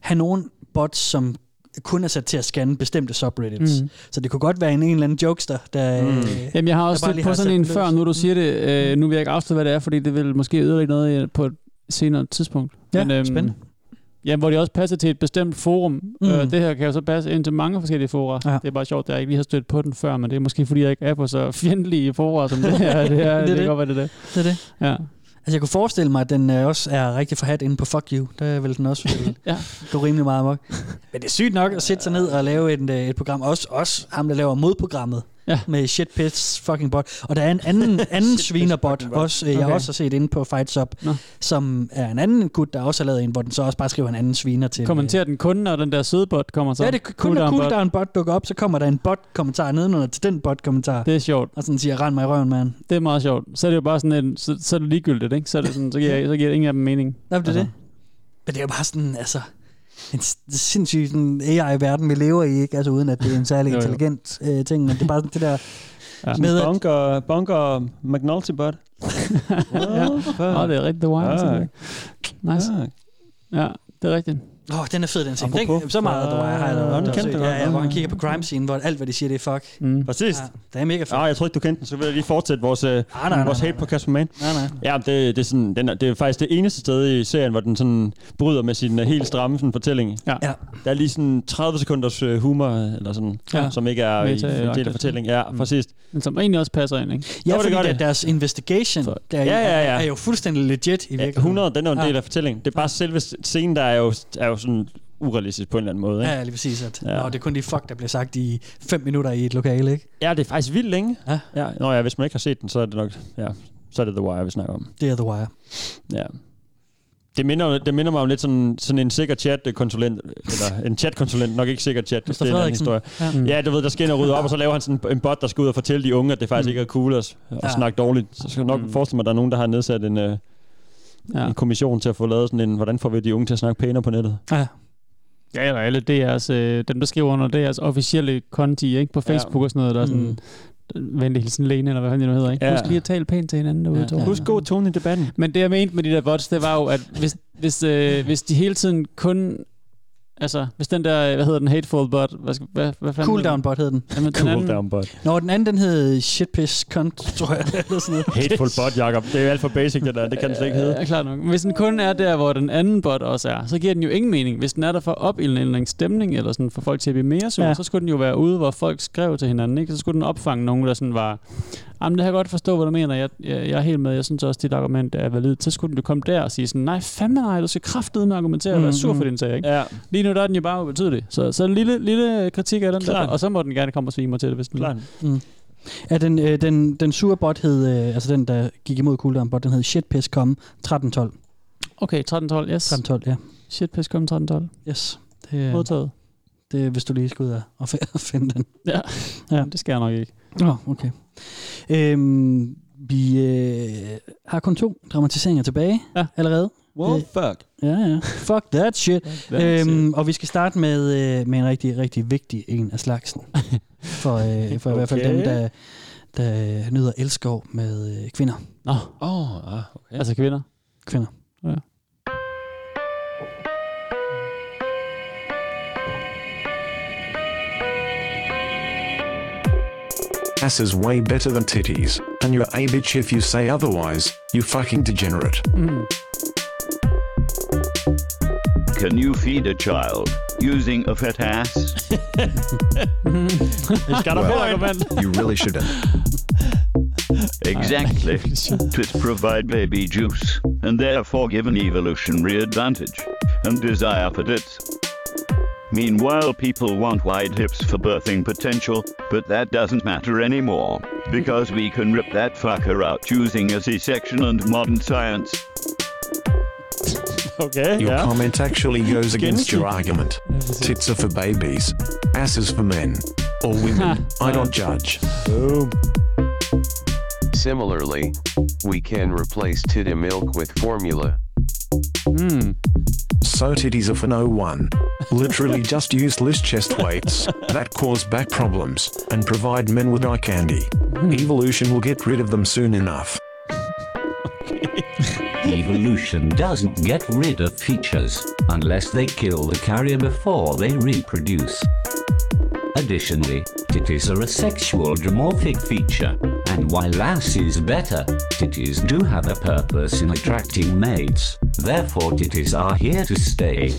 have nogle bots, som kun er sat til at scanne bestemte subreddits. Mm. Mm. Så det kunne godt være en, en eller anden jokester, der... Mm. Jamen, jeg har også lidt på sådan en før, nu du siger det. Øh, nu vil jeg ikke afsløre, hvad det er, fordi det vil måske ødelægge noget i- på et senere tidspunkt. øhm, Ja, spændende. Ja, hvor det også passer til et bestemt forum. Mm. Mm. Øh, det her kan jo så passe ind til mange forskellige fora. Ja. Det er bare sjovt, at jeg ikke lige har stødt på den før, men det er måske, fordi jeg ikke er på så fjendtlige fora, som det her. Det, er, det, det, det. Godt, være, det, er det. Det er det. Ja. Altså, jeg kunne forestille mig, at den øh, også er rigtig forhat inde på Fuck You. Der vil den også ja. gå rimelig meget amok. Men det er sygt nok at sætte sig ned og lave et, øh, et program. Også, også ham, der laver modprogrammet ja. med shit, piss, fucking bot. Og der er en anden, anden svinerbot, også, øh, jeg Okay. også har set inde på Fights Up, Nå. som er en anden gut, der også har lavet en, hvor den så også bare skriver en anden sviner til. øh, Kommenterer den kun, når den der søde bot kommer så? Ja, det er kun når Cooldown bot. cooldown bot dukker op, så kommer der en bot-kommentar nedenunder til den bot-kommentar. Det er sjovt. Og sådan siger, rend mig i røven, mand. Det er meget sjovt. Så er det jo bare sådan en, så, så er det ligegyldigt, ikke? Så, er det sådan, så, giver, så giver ingen af dem mening. Nej, det er Altså. det. Men det er jo bare sådan, altså, en s- sindssyg sådan AI-verden, vi lever i, ikke? Altså uden at det er en særlig Jo, jo. intelligent øh, ting, men det er bare sådan det der... Ja. Med at- Altså, bunker, bunker McNulty Bot. Ja. Åh, det er rigtig The Wire. Ja. Ja. Nice. Ja, det er rigtigt. Åh, oh, den er fed, den ting. Den, Apropos. så meget, du har jeg Ja, den kendte set. du ja, godt. ja, hvor han kigger på crime scene, hvor alt, hvad de siger, det er fuck. Mm. Præcis. Ja, det er mega fedt. Ah, jeg tror ikke, du kendte den, så vil jeg lige fortsætte vores, øh, nej, nej, vores nej, hate på Kasper Mann. Nej, nej. Ja, det, det, er sådan, den er, det er faktisk det eneste sted i serien, hvor den sådan bryder med sin uh, helt stramme sådan, fortælling. Ja. ja. Der er lige sådan 30 sekunders uh, humor, eller sådan, Ja. ja. Mm. som ikke er i, Meta- en del af fortællingen. Ja, præcis. Men som egentlig også passer ind, ikke? Ja, var det fordi godt, det, det. deres investigation der Ja, ja, er ja. jo fuldstændig legit i virkeligheden. 100, den er jo en Ja. del af fortællingen. Det er bare selve scenen, der er jo, er jo sådan urealistisk på en eller anden måde. Ikke? Ja, lige præcis. At, Ja. ja. Nå, det er kun de fuck, der bliver sagt i fem minutter i et lokale, ikke? Ja, det er faktisk vildt længe. Ja. ja. Nå ja, hvis man ikke har set den, så er det nok... Ja, så er det The Wire, vi snakker om. Det er The Wire. Ja. Det minder, det minder mig om lidt sådan, sådan en sikker chat-konsulent, eller en chat-konsulent, nok ikke sikker chat, det er en anden Frederiksen. historie. Ja. Ja. ja, du ved, der skal ind og rydde op, og så laver han sådan en bot, der skal ud og fortælle de unge, at det faktisk mm. ikke er cool at, at Ja. ja. snakke dårligt. Så skal jeg nok mm. forestille mig, at der er nogen, der har nedsat en, øh, ja. en kommission til at få lavet sådan en, hvordan får vi de unge til at snakke pænere på nettet? Ja. Ja, eller alle DR's, øh, dem der skriver under DR's officielle konti, ikke? På Facebook ja. og sådan noget, der er sådan, mm. venlig hilsen Lene, eller hvad fanden det nu hedder, ikke? Ja. Husk lige at tale pænt til hinanden derude, ja. Husk god tone i debatten. Men det jeg mente med de der bots, det var jo, at hvis, hvis, øh, hvis de hele tiden kun Altså, hvis den der, hvad hedder den, hateful bot, hvad, skal- hvad, hvad fanden? Cooldown bot hed den. Jamen, den anden- Nå, den anden, den hed shit piss cunt, tror jeg, eller sådan noget. Hateful bot, Jacob. Det er jo alt for basic, det der. Det kan den slet ikke hedde. Ja, klart nok. Men Hvis den kun er der, hvor den anden bot også er, så giver den jo ingen mening. Hvis den er der for op i en eller anden stemning, eller sådan for folk til at blive mere sure, Ja. ja. så skulle den jo være ude, hvor folk skrev til hinanden. Ikke? Så skulle den opfange nogen, der sådan var, jamen det har jeg godt forstå, hvad du mener, jeg, jeg, jeg er helt med, jeg synes også, dit argument er validt. Så skulle den jo komme der og sige sådan, nej fandme nej, du skal kraftedeme med argumentere og være sur Mhm. for din sag. Ikke? Ja. Lige nu der er den jo bare ubetydelig. Så, så en lille, lille kritik af den Klart. der, og så må den gerne komme og svine mig til det, hvis den Klart. Mm. Ja, den, øh, den, den sure bot hed, øh, altså den, der gik imod cooldown bot, den hed shit piss com 1312. Okay, 13-12, yes. 13-12, ja. Shit, pis, kom 13-12. Yes. Det, øh, Modtaget. Det, hvis du lige skal ud og, og fi- og finde den. Ja. ja, det skal jeg nok ikke. Nå, okay. Øhm, vi øh, har kun to dramatiseringer tilbage ja. allerede. Wow, Øh, fuck. Ja, ja. Fuck that shit. that øhm, og vi skal starte med, øh, med en rigtig, rigtig vigtig en af slagsen. For, øh, for okay. i hvert fald Okay. dem, der, der nyder elskov med øh, kvinder. Nå. Åh, ah, okay. Altså kvinder? Kvinder. Ja. Ass is way better than titties, and you're a bitch if you say otherwise, you fucking degenerate. Can you feed a child using a fat ass? He's got a Well, point. you really shouldn't. Exactly. Twit provide baby juice, and therefore give an evolutionary advantage and desire for tits. Meanwhile, people want wide hips for birthing potential, but that doesn't matter anymore, because we can rip that fucker out using a C-section and modern science. Okay, Your ja. comment actually goes against your Gennemsnit. argument. Tits are for babies, asses for men, or women. I don't judge. Similarly, we can replace titty milk with formula. So titties are for no one. Literally just useless chest weights that cause back problems and provide men with eye candy. Evolution will get rid of them soon enough. Evolution doesn't get rid of features unless they kill the carrier before they reproduce. Additionally, titties are a sexual dimorphic feature, and while ass is better, titties do have a purpose in attracting mates. Therefore, titties are here to stay.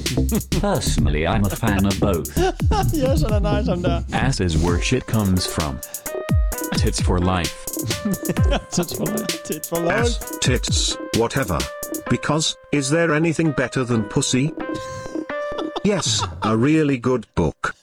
Personally, I'm a fan of both. yes, han er nice, ham der. Ass is where shit comes from. Tits for life. Tits for life. Tits for Ass, tits, whatever. Because, is there anything better than pussy? yes, a really good book.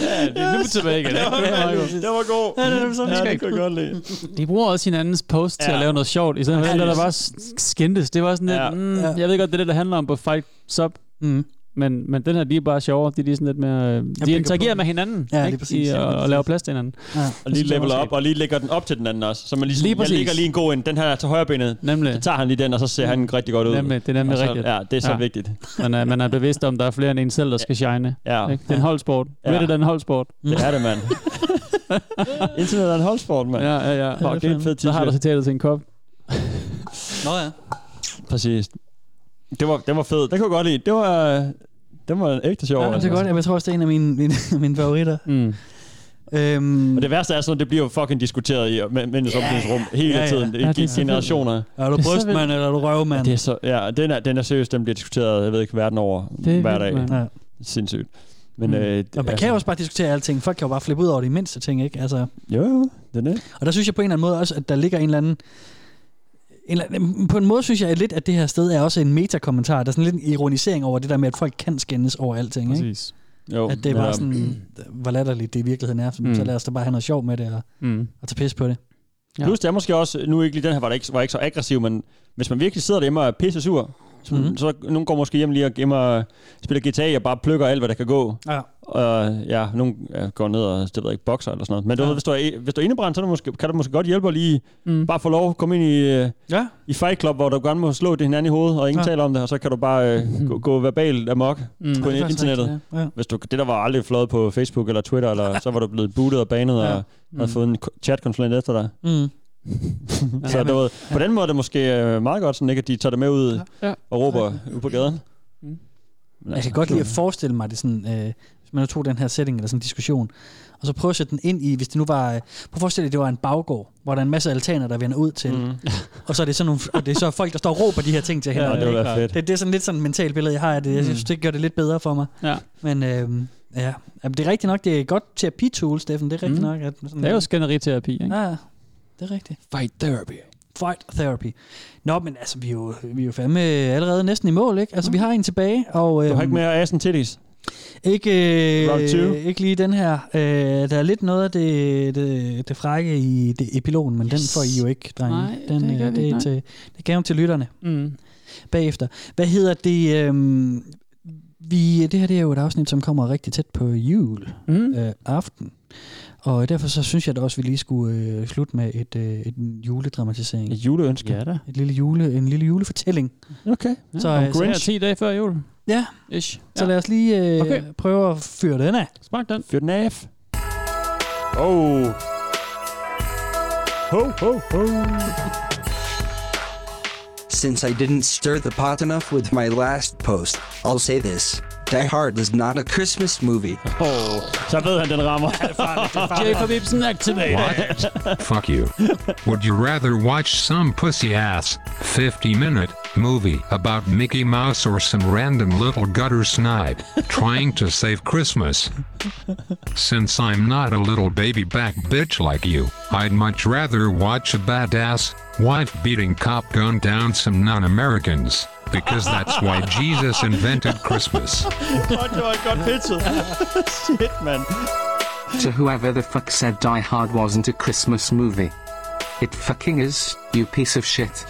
Ja, det er nu tilbage igen. Det var, det var god. Ja, det var sådan, ja, det det kunne jeg godt lide. De bruger også hinandens post til Ja. at lave noget sjovt, i stedet for Ja, ja, det der er bare skændtes. Det var sådan lidt, Ja. ja. mm, jeg ved godt, det er det, der handler om på Fight Sub, mm. men, men den her, de er bare sjovere. De, er lige sådan lidt mere, øh, de pick interagerer up. med hinanden, Ja, lige ikke? præcis, I, ja, og, lige og laver plads til hinanden. Ja. Og lige leveler op, og lige lægger den op til den anden også. Så man lige, sådan, Lige jeg præcis. ligger lige en god en. Den her er til højre benet. Nemlig. Så tager han lige den, og så ser han rigtig godt ud. Nemlig, det er nemlig Og så, rigtigt. Ja, det er så vigtigt. Man er, man er bevidst om, der er flere end en selv, der skal shine. Ja. Ikke? Det er en holdsport. Ja. Ja. Reddit er en holdsport. Det er det, mand. Internet er en holdsport, mand. Ja, ja, ja. Fuck, det er en fed t-shirt. Så har du citatet til en kop. Nå ja. Præcis. Det var, den var fed. Det kunne jeg godt lide. Det var, den var en ægte sjov. altså. Ja, altså. det er godt. Jeg tror også, det er en af mine, mine, mine favoritter. Mm. Øhm, Og det værste er sådan, det bliver jo fucking diskuteret i mændens omklædningsrum hele Ja, ja. tiden. Ja, Det det er gik så fedt. generationer. Er du brystmand, eller er du røvmand? Det er så, ja, den er, den er seriøst, den bliver diskuteret, jeg ved ikke, verden over Det er hver vildt, dag. mand. Ja. Sindssygt. Men, Mm. øh, Og man kan jo også bare diskutere alting. Folk kan jo bare flippe ud over de mindste ting, ikke? Altså, Jo, jo, det er det. Og der synes jeg på en eller anden måde også, at der ligger en eller anden... En eller anden på en måde synes jeg lidt, at det her sted er også en metakommentar. Der er sådan lidt en ironisering over det der med, at folk kan skændes over alting. Ikke? Præcis. Jo, øh, at det er bare ja. sådan, hvor latterligt det i virkeligheden er. Mm. Mm. Så lad os da bare have noget sjov med det og, mm. og tage pis på det. Ja. Plus det er måske også, nu ikke lige den her var, der ikke, var ikke så aggressiv, men hvis man virkelig sidder derhjemme og er pisse sur, Så, Mhm. mm-hmm. så nogen går måske hjem lige og gemmer, spiller GTA og bare plukker alt, hvad der kan gå. Ja. Og ja, nogen ja, går ned og det ved jeg ikke, bokser eller sådan noget. Men du ja. ved, hvis du er, hvis du er indebrændt, så er du måske, kan det måske godt hjælpe at lige mm. bare få lov at komme ind i, øh, ja. i Fight Club, hvor du gerne må slå det hinanden i hovedet, og ingen Ja. ja. taler om det, og så kan du bare øh, gå, gå verbalt amok Mm. mm. Det er på faktisk internettet. rigtigt, ja. Ja. Hvis du, det der var aldrig fløjet på Facebook eller Twitter, eller så var du blevet bootet og banet ja. Ja. og havde Mm. fået en ko- chatkonsulent efter dig. Mm. Så Ja, ja, men- du ved, på den måde er det måske øh, meget godt, sådan, ikke, at de tager det med ud ja. og råber ude på gaden. Mm. altså, Men Jeg kan godt lide at forestille mig det sådan, øh, hvis man nu tog den her setting eller sådan en diskussion, og så prøve at sætte den ind i, hvis det nu var, øh, prøv at forestille dig, det var en baggård, hvor der er en masse altaner, der vender ud til, mm. og så er det sådan nogle, og det er så folk, der står og råber de her ting til Ja, hinanden. det ville være fedt. Det, det, er sådan lidt sådan et mentalt billede, jeg har af det. Jeg synes, Mm. det gør det lidt bedre for mig. Ja. Men øh, ja, Jamen, det er rigtigt nok, det er godt terapi-tool, Steffen, det er rigtigt Mm. nok. At sådan, Det er jo skænderi-terapi, ikke? Ja, det er rigtigt. Fight therapy. Fight therapy. Nå, men altså, vi er jo, vi er jo fandme allerede næsten i mål, ikke? Altså, Mm. vi har en tilbage, og... Øh, Du har ikke mere assen titties? Ikke, Round two. øh, ikke lige den her. Øh, der er lidt noget af det, det, det frække i det epilogen, men yes. den får I jo ikke, drenge. Nej, den, det gør øh, vi ikke, er nej. til, det gav til lytterne mm. bagefter. Hvad hedder det? Øh, vi, det her det er jo et afsnit, som kommer rigtig tæt på jul mm. øh, aften. Og derfor så synes jeg da også, at vi lige skulle øh, slutte med et, øh, et juledramatisering. Et juleønske? Ja da. Et lille jule, en lille julefortælling. Okay. Så, om øh, så- Grinch. 10 dage før jul. Ja. Ish. Så lad os lige øh, okay. Okay. prøve at fyre den af. Spark den. Fyr den af. Oh. Ho, ho, ho. Since I didn't stir the pot enough with my last post, I'll say this Die Hard is not a Christmas movie. Oh, så ved han, den rammer. Jacob Ibsen activate. Fuck you. Would you rather watch some pussy ass, 50 minute movie about Mickey Mouse or some random little gutter snipe trying to save Christmas? Since I'm not a little baby back bitch like you, I'd much rather watch a badass, wife beating cop gun down some non Americans, because that's why Jesus invented Christmas. Godt, det var godt pitchet. Shit, mand. To whoever the fuck said Die Hard wasn't a Christmas movie. It fucking is, you piece of shit.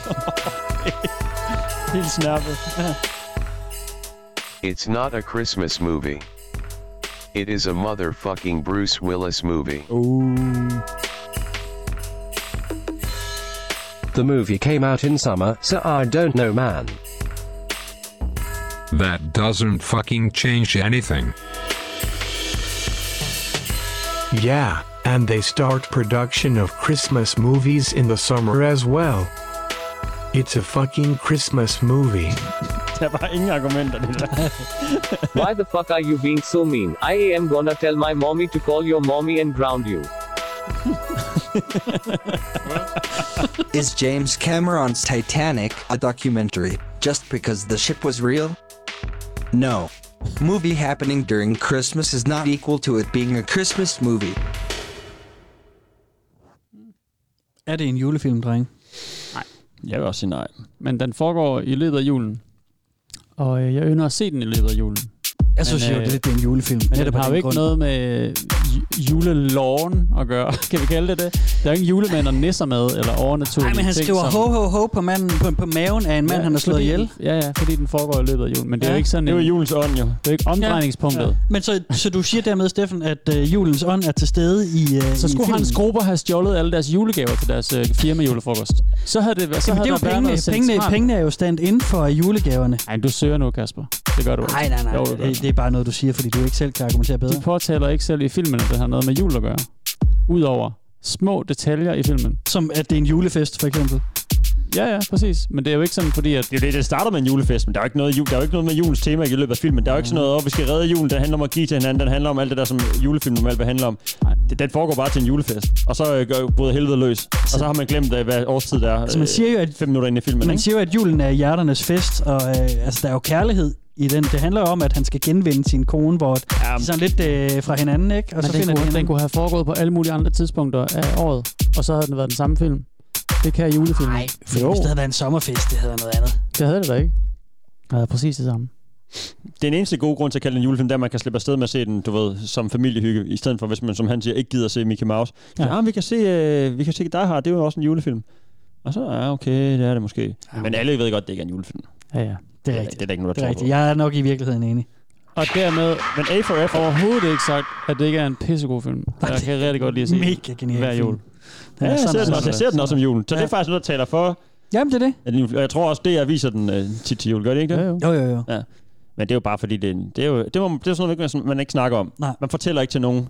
Helt snappet. It's not a Christmas movie. It is a motherfucking Bruce Willis movie. The movie came out in summer, so I don't know, man. That doesn't fucking change anything. Yeah, and they start production of Christmas movies in the summer as well. It's a fucking Christmas movie. Der var ingen argumenter, det der. Why the fuck are you being so mean? I am gonna tell my mommy to call your mommy and ground you. Is James Cameron's Titanic a documentary just because the ship was real? No. Movie happening during Christmas is not equal to it being a Christmas movie. Er det en julefilm, dreng? Nej. Jeg vil også sige nej. Men den foregår i løbet af julen. Og øh, jeg ynder at se den i løbet af julen. Jeg synes jo, det er lidt, det er en julefilm. øh, Men Netop det af har jo den ikke grund. noget med ju- juleloven at gøre. Kan vi kalde det det? Der er jo ingen julemænd og nisser med, eller overnaturlige Nej, men han ting, skriver som- ho, ho, ho på, manden, på, på maven af en mand, ja, han har slået fordi, ihjel. Ja, ja, fordi den foregår i løbet af julen. Men det er Ja. jo ikke sådan Det er jo julens ånd, jo. Det er jo ikke omdrejningspunktet. Ja. Men så, så du siger dermed, Steffen, at øh, julens ånd er til stede i øh, Så i skulle filmen. hans grupper have stjålet alle deres julegaver til deres øh, firma julefrokost. Så havde det været, så Jamen, det er havde jo der været pengene. noget Pengene, centralt. pengene er jo stand inden for julegaverne. Nej, du søger nu, Kasper. Det gør du Nej, nej, nej. Jo, det, det, er bare noget, du siger, fordi du ikke selv kan argumentere bedre. De påtaler ikke selv i filmen, at det har noget med jul at gøre. Udover små detaljer i filmen. Som at det er en julefest, for eksempel. Ja, ja, præcis. Men det er jo ikke sådan, fordi at... Det er jo det, det starter med en julefest, men der er jo ikke noget, ju- der er jo ikke noget med julens tema i løbet af filmen. Der er jo ikke sådan noget, at vi skal redde julen, den handler om at give til hinanden, den handler om alt det der, som julefilm normalt vil handle om. Det, den foregår bare til en julefest, og så øh, gør både helvede løs. Og så har man glemt, øh, hvad årstid det er. Øh, Så man siger jo, at- Fem minutter inde i filmen, Man ikke? siger jo, at julen er hjerternes fest, og øh, altså, der er jo kærlighed i den. Det handler jo om, at han skal genvinde sin kone, hvor ja, de er sådan lidt øh, fra hinanden, ikke? Og men så den, de kunne, den hinanden. kunne have foregået på alle mulige andre tidspunkter af året, og så havde den været den samme film. Det kan julefilm. Nej, Fordi Hvis det havde været en sommerfest, det hedder noget andet. Det havde det da ikke. Det havde præcis det samme. Den eneste gode grund til at kalde den en julefilm, det er, at man kan slippe afsted med at se den, du ved, som familiehygge, i stedet for, hvis man, som han siger, ikke gider at se Mickey Mouse. Ja, ah, vi kan se, øh, vi kan se Die Hard, det "Ah, er jo også en julefilm. Og så, ja, okay, det er det måske. Men alle ved godt, det ikke er en julefilm. Ja, ja. Det er rigtigt. Det er der ikke nogen, der Det er tror rigtigt. Jeg er nok i virkeligheden enig. Og dermed... Men A for F overhovedet ikke sagt, at det ikke er en pissegod film. Jeg kan rigtig godt lide at se den Mega genial hver film. jul. Ja, jeg ser, den også, jeg ser den også om julen. Så ja. det Ja. er faktisk noget, der taler for. Jamen, det er det. at den- Og jeg tror også, det jeg viser den øh, tit til jul. Gør det ikke det? Jo, jo, jo. Ja. Men det er jo bare fordi, det, er en- det er jo det, må, det er sådan noget, man ikke- man ikke snakker om. Nej. Man fortæller ikke til nogen,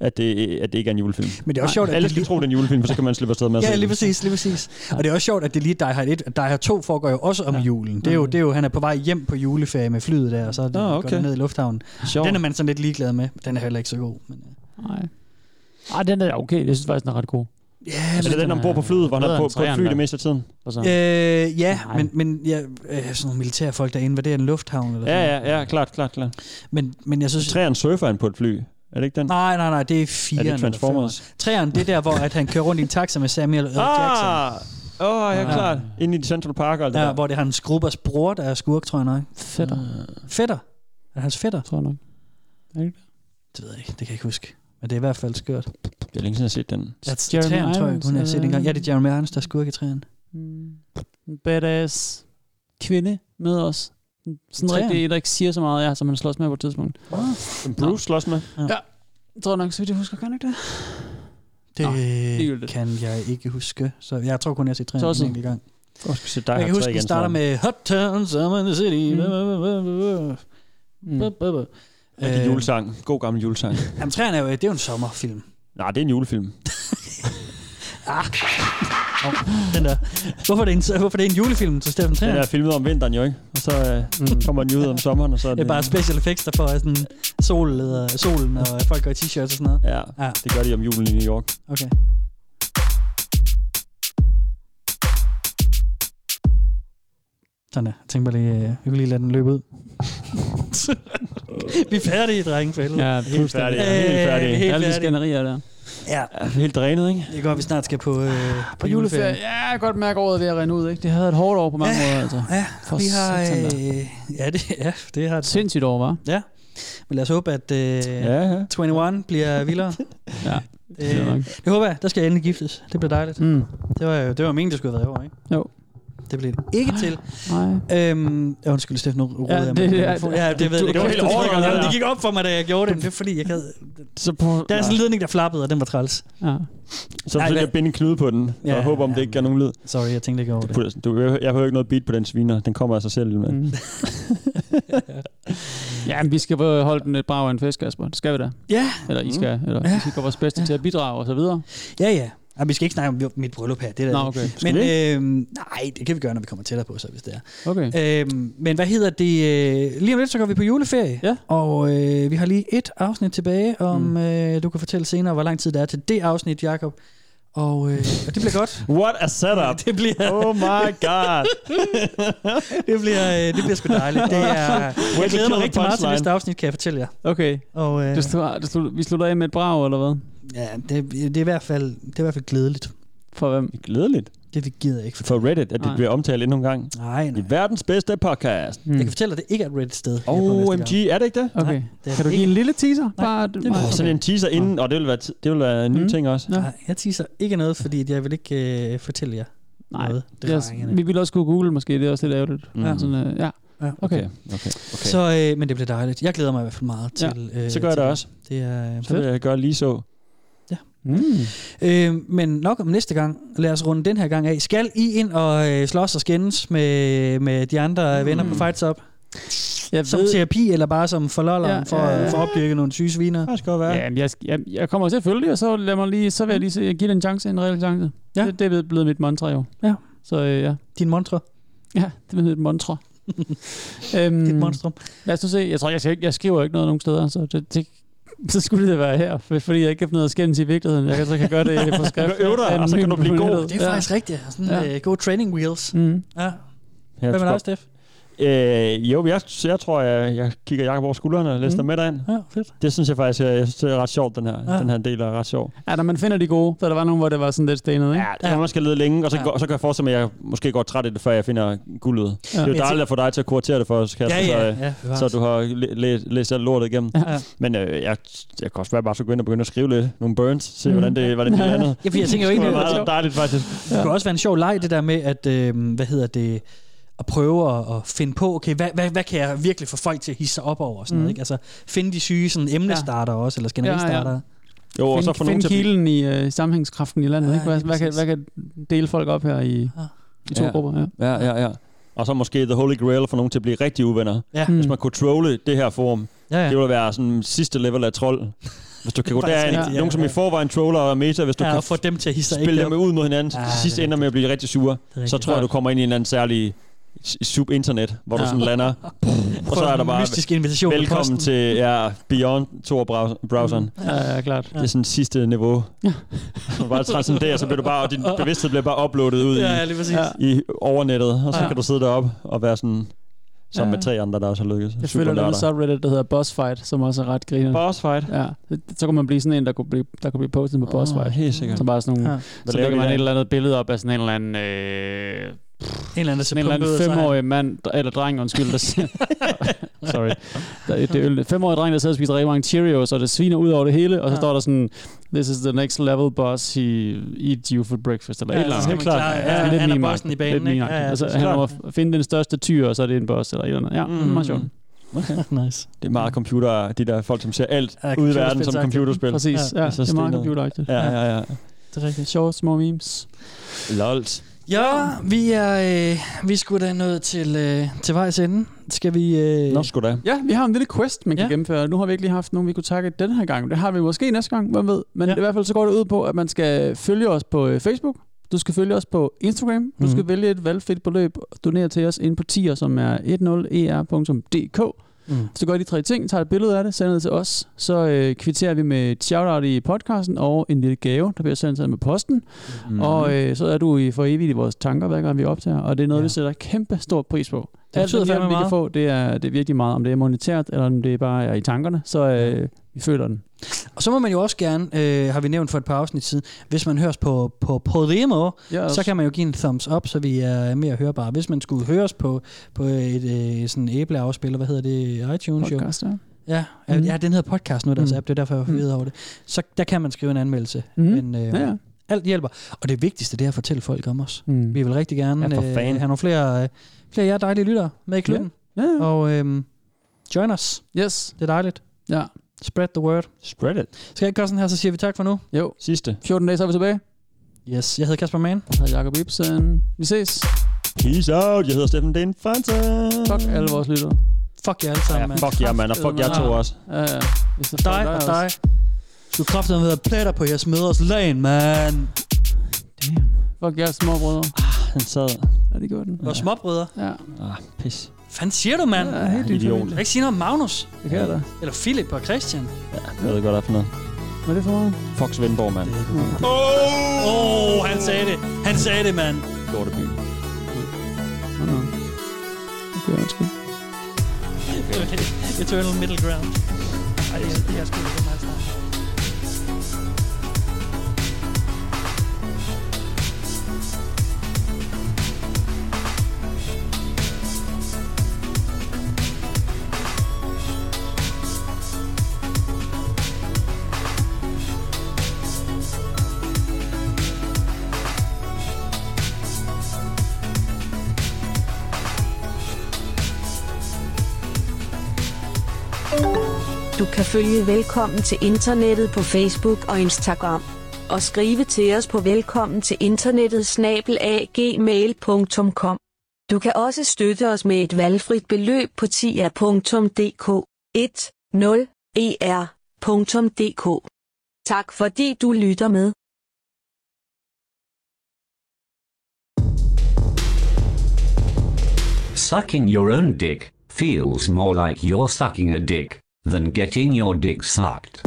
at det, at det ikke er en julefilm. Men det er også sjovt, at Alle det skal lige- tro, det er en julefilm, for så kan man slippe afsted med at Ja, se lige den. præcis, lige præcis. Og det er også sjovt, at det er lige Die Hard 1. Die Hard 2 foregår jo også om ja. julen. Det er, jo, det er jo, han er på vej hjem på juleferie med flyet der, og så er det, Ah, oh, okay. okay. går det ned i lufthavnen. Sjovt. Sjovt. Den er man sådan lidt ligeglad med. Den er heller ikke så god. Men, Nej. Ej, den er okay. Jeg synes faktisk, den er ret god. Ja, Er det den ombord på flyet, hvor han er på, på et fly det meste af tiden? øh, ja, men, men ja, øh, sådan nogle militærfolk, der invaderer en lufthavn. Eller Ja, sådan. ja, ja, klart, klart, klart. Men, men jeg synes... Træeren surfer han på et fly. Er det ikke den? Nej, nej, nej, det er fire. Er det Transformers? Træeren, det er der, hvor at han kører rundt i en taxa med Samuel L. Jackson. Ah! Åh, oh, ja, klart. Inde i Central Park og alt det Ja, der. hvor det er hans gruppers bror, der er skurk, tror jeg nok. Fætter. Fætter? Er det hans fætter? Mm. Tror jeg nok. Er det ikke det? Det ved jeg ikke. Det kan jeg ikke huske. Men det er i hvert fald skørt. Det er længe siden, jeg har set den. Ja, træeren, tror jeg, hun har set engang. Ja, det er Jeremy Irons, der er skurk i træeren. en Mm. badass kvinde med os. Sådan en Træer. rigtig, der ikke siger så meget, ja, som han slås med på et tidspunkt. Som Bruce slås med? Ja. Jeg tror nok, så vidt jeg husker, gør han ikke det? Det kan jeg ikke huske. Så jeg tror kun, jeg har set træeren Tosset. en enkelt gang. Jeg skal se Die Jeg Hard kan 3 huske, igen, den starter tror jeg. med Hot Town, Summer in the City. Mm. Mm. Rigtig julesang. God gammel julesang. Øh, Jamen, træerne er jo, det er jo en sommerfilm. Nej, det er en julefilm. Oh, den der. Hvorfor er, det en, hvorfor er det en julefilm til Steffen Den Træer? er filmet om vinteren jo, ikke? Og så øh, kommer den jo ud om sommeren, og så er Mm. Det er bare special effects, der får sådan sol, og, solen, og folk går i t-shirts og sådan noget. Ja, det gør de om julen i New York. Okay. Sådan der. Jeg tænkte bare lige, øh, vi kunne lige lade den løbe ud. vi er færdige, drenge, for helvede. Ja, Helt fuldstændig. færdige, helt Øh, færdige. Helt Alle de færdige. skænderier der. Ja. Helt drænet, ikke? Det er godt, vi snart skal på, øh, på, Ah, På juleferie. Ja, jeg kan godt mærke året er ved at rende ud, ikke? Det havde et hårdt år på mange måder, altså. Ja, For vi har... satan da. Øh, ja, det, ja, det har... Sindssygt år, var. Ja. Men lad os håbe, at øh, ja. 21 bliver vildere. ja. Det, øh, det håber jeg. Der skal jeg endelig giftes. Det bliver dejligt. Mm. Det var jo det var meningen, det skulle have været i år, ikke? Jo. Det blev det ikke til. Nej. Øhm, ja, undskyld, Steffen, nu roder Ja, jeg det- med ja, telefonen. ja, det ved du- jeg. det var godt. helt Det overgangen, Jamen, det der. det gik op for mig, da jeg gjorde det. men Det er fordi, jeg havde... Så på, der er sådan en ledning, der flappede, og den var træls. Ja. Så forsøgte jeg at binde en knude på den, og Ja, jeg håber, om det ikke gør nogen lyd. Sorry, jeg tænkte ikke over det. Du, du, jeg, jeg hører ikke noget beat på den sviner. Den kommer af sig selv. Mm. Ja, men vi skal øh, holde den et brag af en fest, Kasper. Det skal vi da. Ja. Eller I skal. Eller Mm. Ja. ja. vi skal gøre vores bedste til at bidrage og så videre. Ja, ja. Jamen, vi skal ikke snakke om mit bryllup her. Det er der Nå, ikke. okay. Skal Men vi øhm, nej, det kan vi gøre, når vi kommer tættere på, så hvis det er. Okay. Øhm, men hvad hedder det? øh, Lige om lidt, så går vi på juleferie. Ja. Og øh, vi har lige et afsnit tilbage, om mm. øh, du kan fortælle senere, hvor lang tid der er til det afsnit, Jakob. Og, øh, og det bliver godt. What a setup! det bliver... Oh my god! det, bliver, øh, det bliver sgu dejligt. Det er, to jeg glæder kill mig rigtig the meget til punchline. næste afsnit, kan jeg fortælle jer. Okay. Og, øh, det slutter, det slutter, vi slutter af med et brag, eller hvad? Ja, det, det, er i hvert fald, det er i hvert fald glædeligt. For hvem? Glædeligt. Det gider jeg ikke. For Reddit, at det Nej. bliver omtalt endnu en gang. Nej, nej. I verdens bedste podcast. Mm. Ah. Jeg kan fortælle dig, det ikke er et reddit sted. jeg er på næste OMG, gang. er det ikke det? Okay. Nej, det er Kan det du give ikke. en lille teaser? Nej, Bare- det- oh, sådan en teaser inden, Ah. og det vil være, t- det vil være en ny Mm. ting også. Nej, jeg teaser ikke noget, fordi at jeg vil ikke øh, fortælle jer Nej, noget. det er, vi ville også kunne google måske, det er også lidt ærgerligt. Ja. Mm. Sådan, øh, ja. Ja. Okay. okay. Okay. Så, øh, men det bliver dejligt. Jeg glæder mig i hvert fald meget Ja, til... så gør jeg til det også. Det er øh, Så vil jeg gøre lige så. Mm. Øh, men nok om næste gang. Lad os runde den her gang af. Skal I ind og øh, slås og skændes med, med de andre mm. venner på Fights Up? Jeg som ved- terapi, eller bare som forlolleren ja, for, ja, ja. for at opdyrke nogle syge sviner? Det kan godt være. Ja, men jeg, jeg, jeg kommer til at følge det, og så, lad mig lige, så vil jeg lige se, give det en chance, en reel chance. Ja. Det, det er blevet mit mantra jo. Ja. Så øh, ja. Din mantra? Ja, det er mit mantra. øhm, Dit monstrum. Lad os nu se. Jeg tror, jeg, skal, ikke- jeg skriver ikke noget nogen steder, så det, det så skulle det være her, for- fordi jeg ikke har fundet noget at skændes i virkeligheden. Jeg kan så kan gøre det på skrift. Du kan øve dig, og så kan du blive god. Anonymt. Det er ja. faktisk rigtigt. Sådan ja. øh, gode training wheels. Mm. Ja. Ja, Hvad med tror- dig, Steff? Øh, jo, jeg, jeg tror, jeg, jeg kigger Jacob over skuldrene og læser Mm. mm. med dig ind. Ja, fedt. Det synes jeg faktisk, jeg, jeg synes, det er ret sjovt, den her, Ja. Ah. ja. den her del er ret sjov. Ja, når man finder de gode, så der var nogen, hvor det var sådan lidt stenet, ikke? Ja, man skal lede længe, og så, ja. går, så kan jeg forestille mig, at jeg måske går træt i det, før jeg finder guldet. Ja. Det er jo Men jeg dejligt tænker- at få dig til at kuratere det for os, Kasper, Ja, ja, så, øh, ja, bevares. så du har læ- læ- læst alt lortet igennem. Ja. Men øh, jeg, jeg kan også være bare så gå ind og begynde at skrive lidt, nogle burns, se hvordan det, hvordan det lander. Ja, fordi jeg tænker jo egentlig, det at- er meget dejligt faktisk. Det kunne også være en sjov leg, det der med, at, øh, hvad hedder det, at prøve at, at finde på, okay, hvad, hvad, hvad kan jeg virkelig få folk til at hisse sig op over? og Sådan Mhm. noget, ikke? Altså, finde de syge sådan, emnestarter også, eller generalstarter. Ja, ja. Jo, og så Find- for nogen find til kilen i øh, sammenhængskraften i landet. Ja, ikke? Hvad, lige hvad, kan, præcis. hvad kan dele folk op her i, i to ja. grupper? Ja. Ja, ja, ja. Og så måske The Holy Grail for nogen til at blive rigtig uvenner. Ja. Mm. Mm. Hvis man kunne trolle det her forum, Ja, ja. det ville være sådan sidste level af trold. Hvis du kan gå Faktisk derind, rigtigt, ja, ja. nogen som i forvejen troller og meta, hvis du Ja, kan og få dem til at hisse sig spille ikke dem op. ud mod hinanden, så Ja, ja, det til er sidst ender med at blive rigtig sure, rigtigt. så tror jeg, du kommer ind i en eller anden særlig s- sub-internet, hvor ja. Ja. du sådan lander, og så Får er der en bare mystisk invitation i posten. velkommen til ja, Beyond Tor-browseren. Mm, Ja, ja, klart. Det er sådan sidste niveau. Ja. du bare transcenderer, så bliver du bare, og din bevidsthed bliver bare uploadet ud Ja, ja, i, lige præcis. Ja. i overnettet, og så Ja. ja. kan du sidde deroppe og være sådan sammen Ja. med tre andre, der også har lykkes. Jeg Super følger noget nørder. subreddit, der hedder Boss Fight, som også er ret griner. Boss Fight? Ja. Så, så kunne man blive sådan en, der kunne blive, der kunne blive postet på Boss Åh, Fight. helt sikkert. Så bare sådan nogle, Ja. ja. Hvad så laver lægger de man der? et eller andet billede op af sådan en eller anden... Øh, En eller anden, der ser en eller pumpet ud, anden så er han- femårig mand, der- eller dreng, undskyld, der siger- Sorry. Der, det er øl. En femårig dreng, der sidder og spiser rigtig mange Cheerios, og det sviner ud over det hele, og så Ja. står der sådan, this is the next level boss, he eat you for breakfast, eller Ja, et eller så skal andet. man klare- ja, Sådan han er meme-agtigt. bossen i banen, Lidt ikke? meme-agtigt. Ja, ja, altså, det er han må klart. finde den største tyr, og så er det en boss, eller et eller andet. Ja, mm. meget sjovt. Okay. nice. Det er meget computer, de der folk, som ser alt Ja, ude i verden som computerspilsagtigt. computerspil. Præcis, ja, det er meget stenet. computeragtigt. Ja, ja, ja. Det er rigtigt. Sjove små memes. Lols. Ja, vi er, øh, vi skulle da nået til, øh, til vejs ende. Skal vi... Øh... Nå, sgu da. Ja, vi har en lille quest, man kan ja. gennemføre. Nu har vi ikke lige haft nogen, vi kunne takke den her gang. Det har vi måske næste gang, hvem ved. Men ja. i hvert fald så går det ud på, at man skal følge os på øh, Facebook. Du skal følge os på Instagram. Du mm-hmm. skal vælge et valgfrit beløb og donere til os ind på tier, som er e 10er.dk. Mm. Hvis du gør de tre ting, tager et billede af det, sender det til os, så øh, kvitterer vi med et shout-out i podcasten og en lille gave, der bliver sendt til dig med posten. Mm. Mm-hmm. Og øh, så er du i for evigt i vores tanker, hver gang vi optager, og det er noget, ja. vi sætter kæmpe stor pris på. Det betyder Alt den hjælp, fandme vi kan meget. få, det er, det er virkelig meget, om det er monetært, eller om det bare er i tankerne, så øh, vi føler den. Og så må man jo også gerne, øh, har vi nævnt for et par afsnit siden, hvis man høres på, på Podimo, Yes. så kan man jo give en thumbs up, så vi er mere hørbare. Hvis man skulle høres på, på et øh, sådan æbleafspiller, hvad hedder det, iTunes Podcast, jo. ja. Ja, Mhm. mm. ja, den hedder podcast nu, deres Mm. mm. app, det er derfor, jeg var mm. over det. Så der kan man skrive en anmeldelse. Mm. Men, øh, Ja, ja. Alt hjælper. Og det vigtigste, det er at fortælle folk om os. Mm. Vi vil rigtig gerne Ja, for øh, fanden. have nogle flere, øh, flere af jer dejlige lyttere med i klubben. Ja. Ja, ja. Og øh, join us. Yes. Det er dejligt. Ja. Spread the word. Spread it. Skal jeg ikke gøre sådan her, så siger vi tak for nu? Jo. Sidste. 14 dage, så er vi tilbage. Yes, jeg hedder Kasper Mann. Jeg hedder Jacob Ibsen. Vi ses. Peace out. Jeg hedder Steffen Den Fransen. Fuck alle vores lyttere. Fuck jer alle sammen, Ja, fuck jer, mand, og fuck jer to også. Ja, ja. Hvis det Dig fucker og dig. Du kræfter med at platter på jeres mødres lagen, man. Fuck jeres småbrødre. Han sad. Ja, det gjorde den. Ah. Vores småbrødre. Ja. Ah, pis. Fanden siger du, mand? Ja, helt Idiot. Jeg kan ikke sige noget om Magnus. Det kan jeg da. Eller Philip og Christian. Jeg ved godt, hvad for noget. Hvad er det for noget? Fuck Svendborg, mand. Åh, oh! oh, han sagde det. Han sagde det, mand. Lorteby. Nå, nå. Okay, undskyld. Eternal middle ground. Ej, det er, det er sgu ikke meget snart. Du kan følge Velkommen til Internettet på Facebook og Instagram. Og skrive til os på velkommen til internettet snabelagmail.com. Du kan også støtte os med et valgfrit beløb på tia.dk E 10er.dk. Tak fordi du lytter med. Sucking your own dick feels more like you're sucking a dick than getting your dick sucked.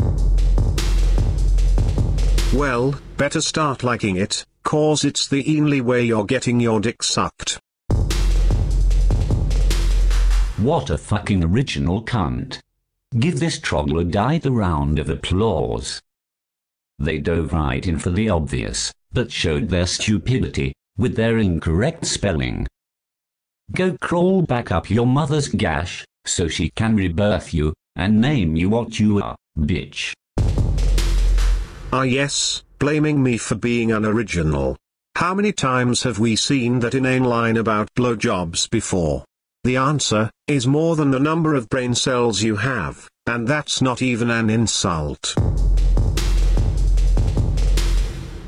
Well, better start liking it, cause it's the only way you're getting your dick sucked. What a fucking original cunt. Give this troglodyte a round of applause. They dove right in for the obvious, but showed their stupidity with their incorrect spelling. Go crawl back up your mother's gash so she can rebirth you and name you what you are, bitch. Ah yes, blaming me for being unoriginal. How many times have we seen that inane line about blowjobs before? The answer is more than the number of brain cells you have, and that's not even an insult.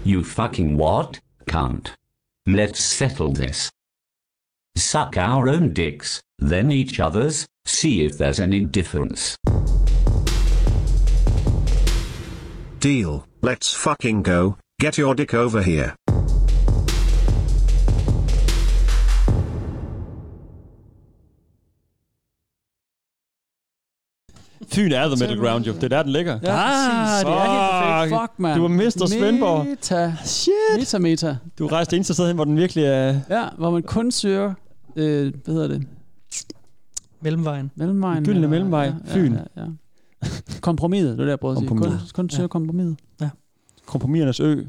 You fucking what? Can't. Let's settle this. Suck our own dicks, then each other's, see if there's any difference. Deal, let's fucking go, get your dick over here. Fyn er the middle ground, jo. Det er der, den ligger. Ja, ah, det er helt perfekt. Fuck, mand. Du var Mr. Svendborg. Meta. Shit. Meta, meta. Du rejste eneste sted hen, hvor den virkelig er... Ja, hvor man kun søger, øh, hvad hedder det? Mellemvejen. Mellemvejen. Gyldne eller- mellemvej. Fyn. Ja, ja. Kompromiset, det er det, jeg prøver at sige. Kun, Kompromiset. kun søger kompromiset. Kompromisernes ø.